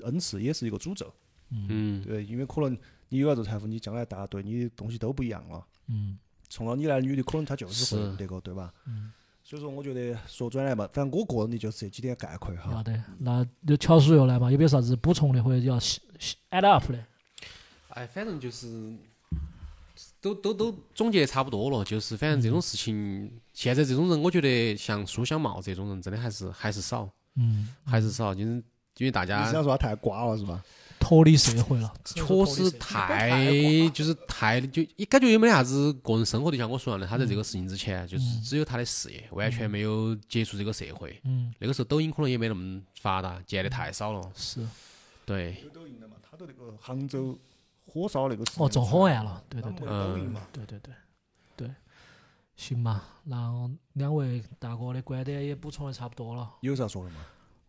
S3: 恩赐，也是一个诅咒。
S4: 嗯
S5: 嗯，
S3: 对，因为可能你有了这财富，你将来大家对你的东西都不一样了。
S4: 嗯
S3: 冲到你来的女的，可能她就是会
S5: 是
S3: 那个，对吧？
S4: 嗯，
S3: 所以说，我觉得说转来嘛，反正我个人的就是这几点概括哈
S4: 好。的。那就乔叔又来嘛，有没有啥子补充的或者要 add up 的？
S5: 哎，反正就是。都都都总结得差不多了，就是反正这种事情，现在这种人，我觉得像苏小茂这种人，真的还是还是少，
S4: 嗯，
S5: 还是少，就是因为大
S3: 你
S5: 家
S3: 是想说他太瓜了是吧？
S4: 脱离社会了，
S5: 确实太就是太就一感觉也没啥子个人生活的，像我说的，他在这个事情之前就是只有他的事业，完全没有接触这个社会。
S4: 嗯，
S5: 那个时候抖音可能也没那么发达，见的太少了。
S4: 是，
S5: 对，
S3: 有抖音的嘛，他都那个杭州火烧那个
S4: 哦，中火案了，对对对。
S5: 抖音
S3: 嘛。
S4: 对对对对，行吧，那我两位大哥的观点也补充的差不多了。
S3: 有啥说的嘛？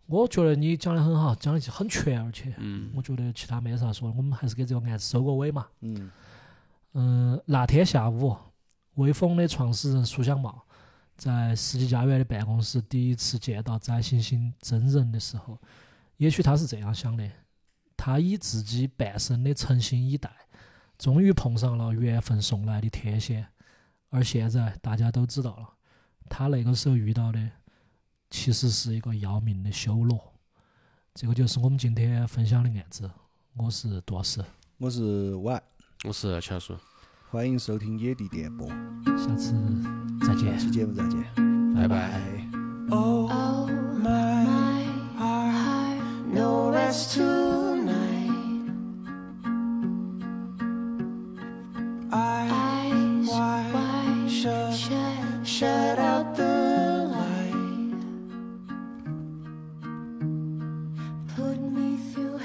S4: 我觉得你讲的很好，讲的很全，而且
S5: 嗯，
S4: 我觉得其他没啥说的，我们还是给这个案子收个尾嘛。
S3: 嗯，
S4: 嗯，那天下午，微风的创始人苏小茂在世纪佳缘的办公室第一次见到翟欣欣真人的时候，也许他是这样想的：他以自己半生的诚心以待，终于碰上了缘分送来的天蝎。而现在大家都知道了，他那个时候遇到的其实是一个要命的修罗。这个就是我们今天分享的案子。我是杜老师，
S3: 我是 Y，
S5: 我是乔叔。
S3: 欢迎收听野地电波，
S4: 下次再见
S3: 下。期节目再见，
S5: 拜拜
S3: 拜。
S6: Oh, my, heart, no rest tonight. Eyes wide shut, shut, out the light. Put me through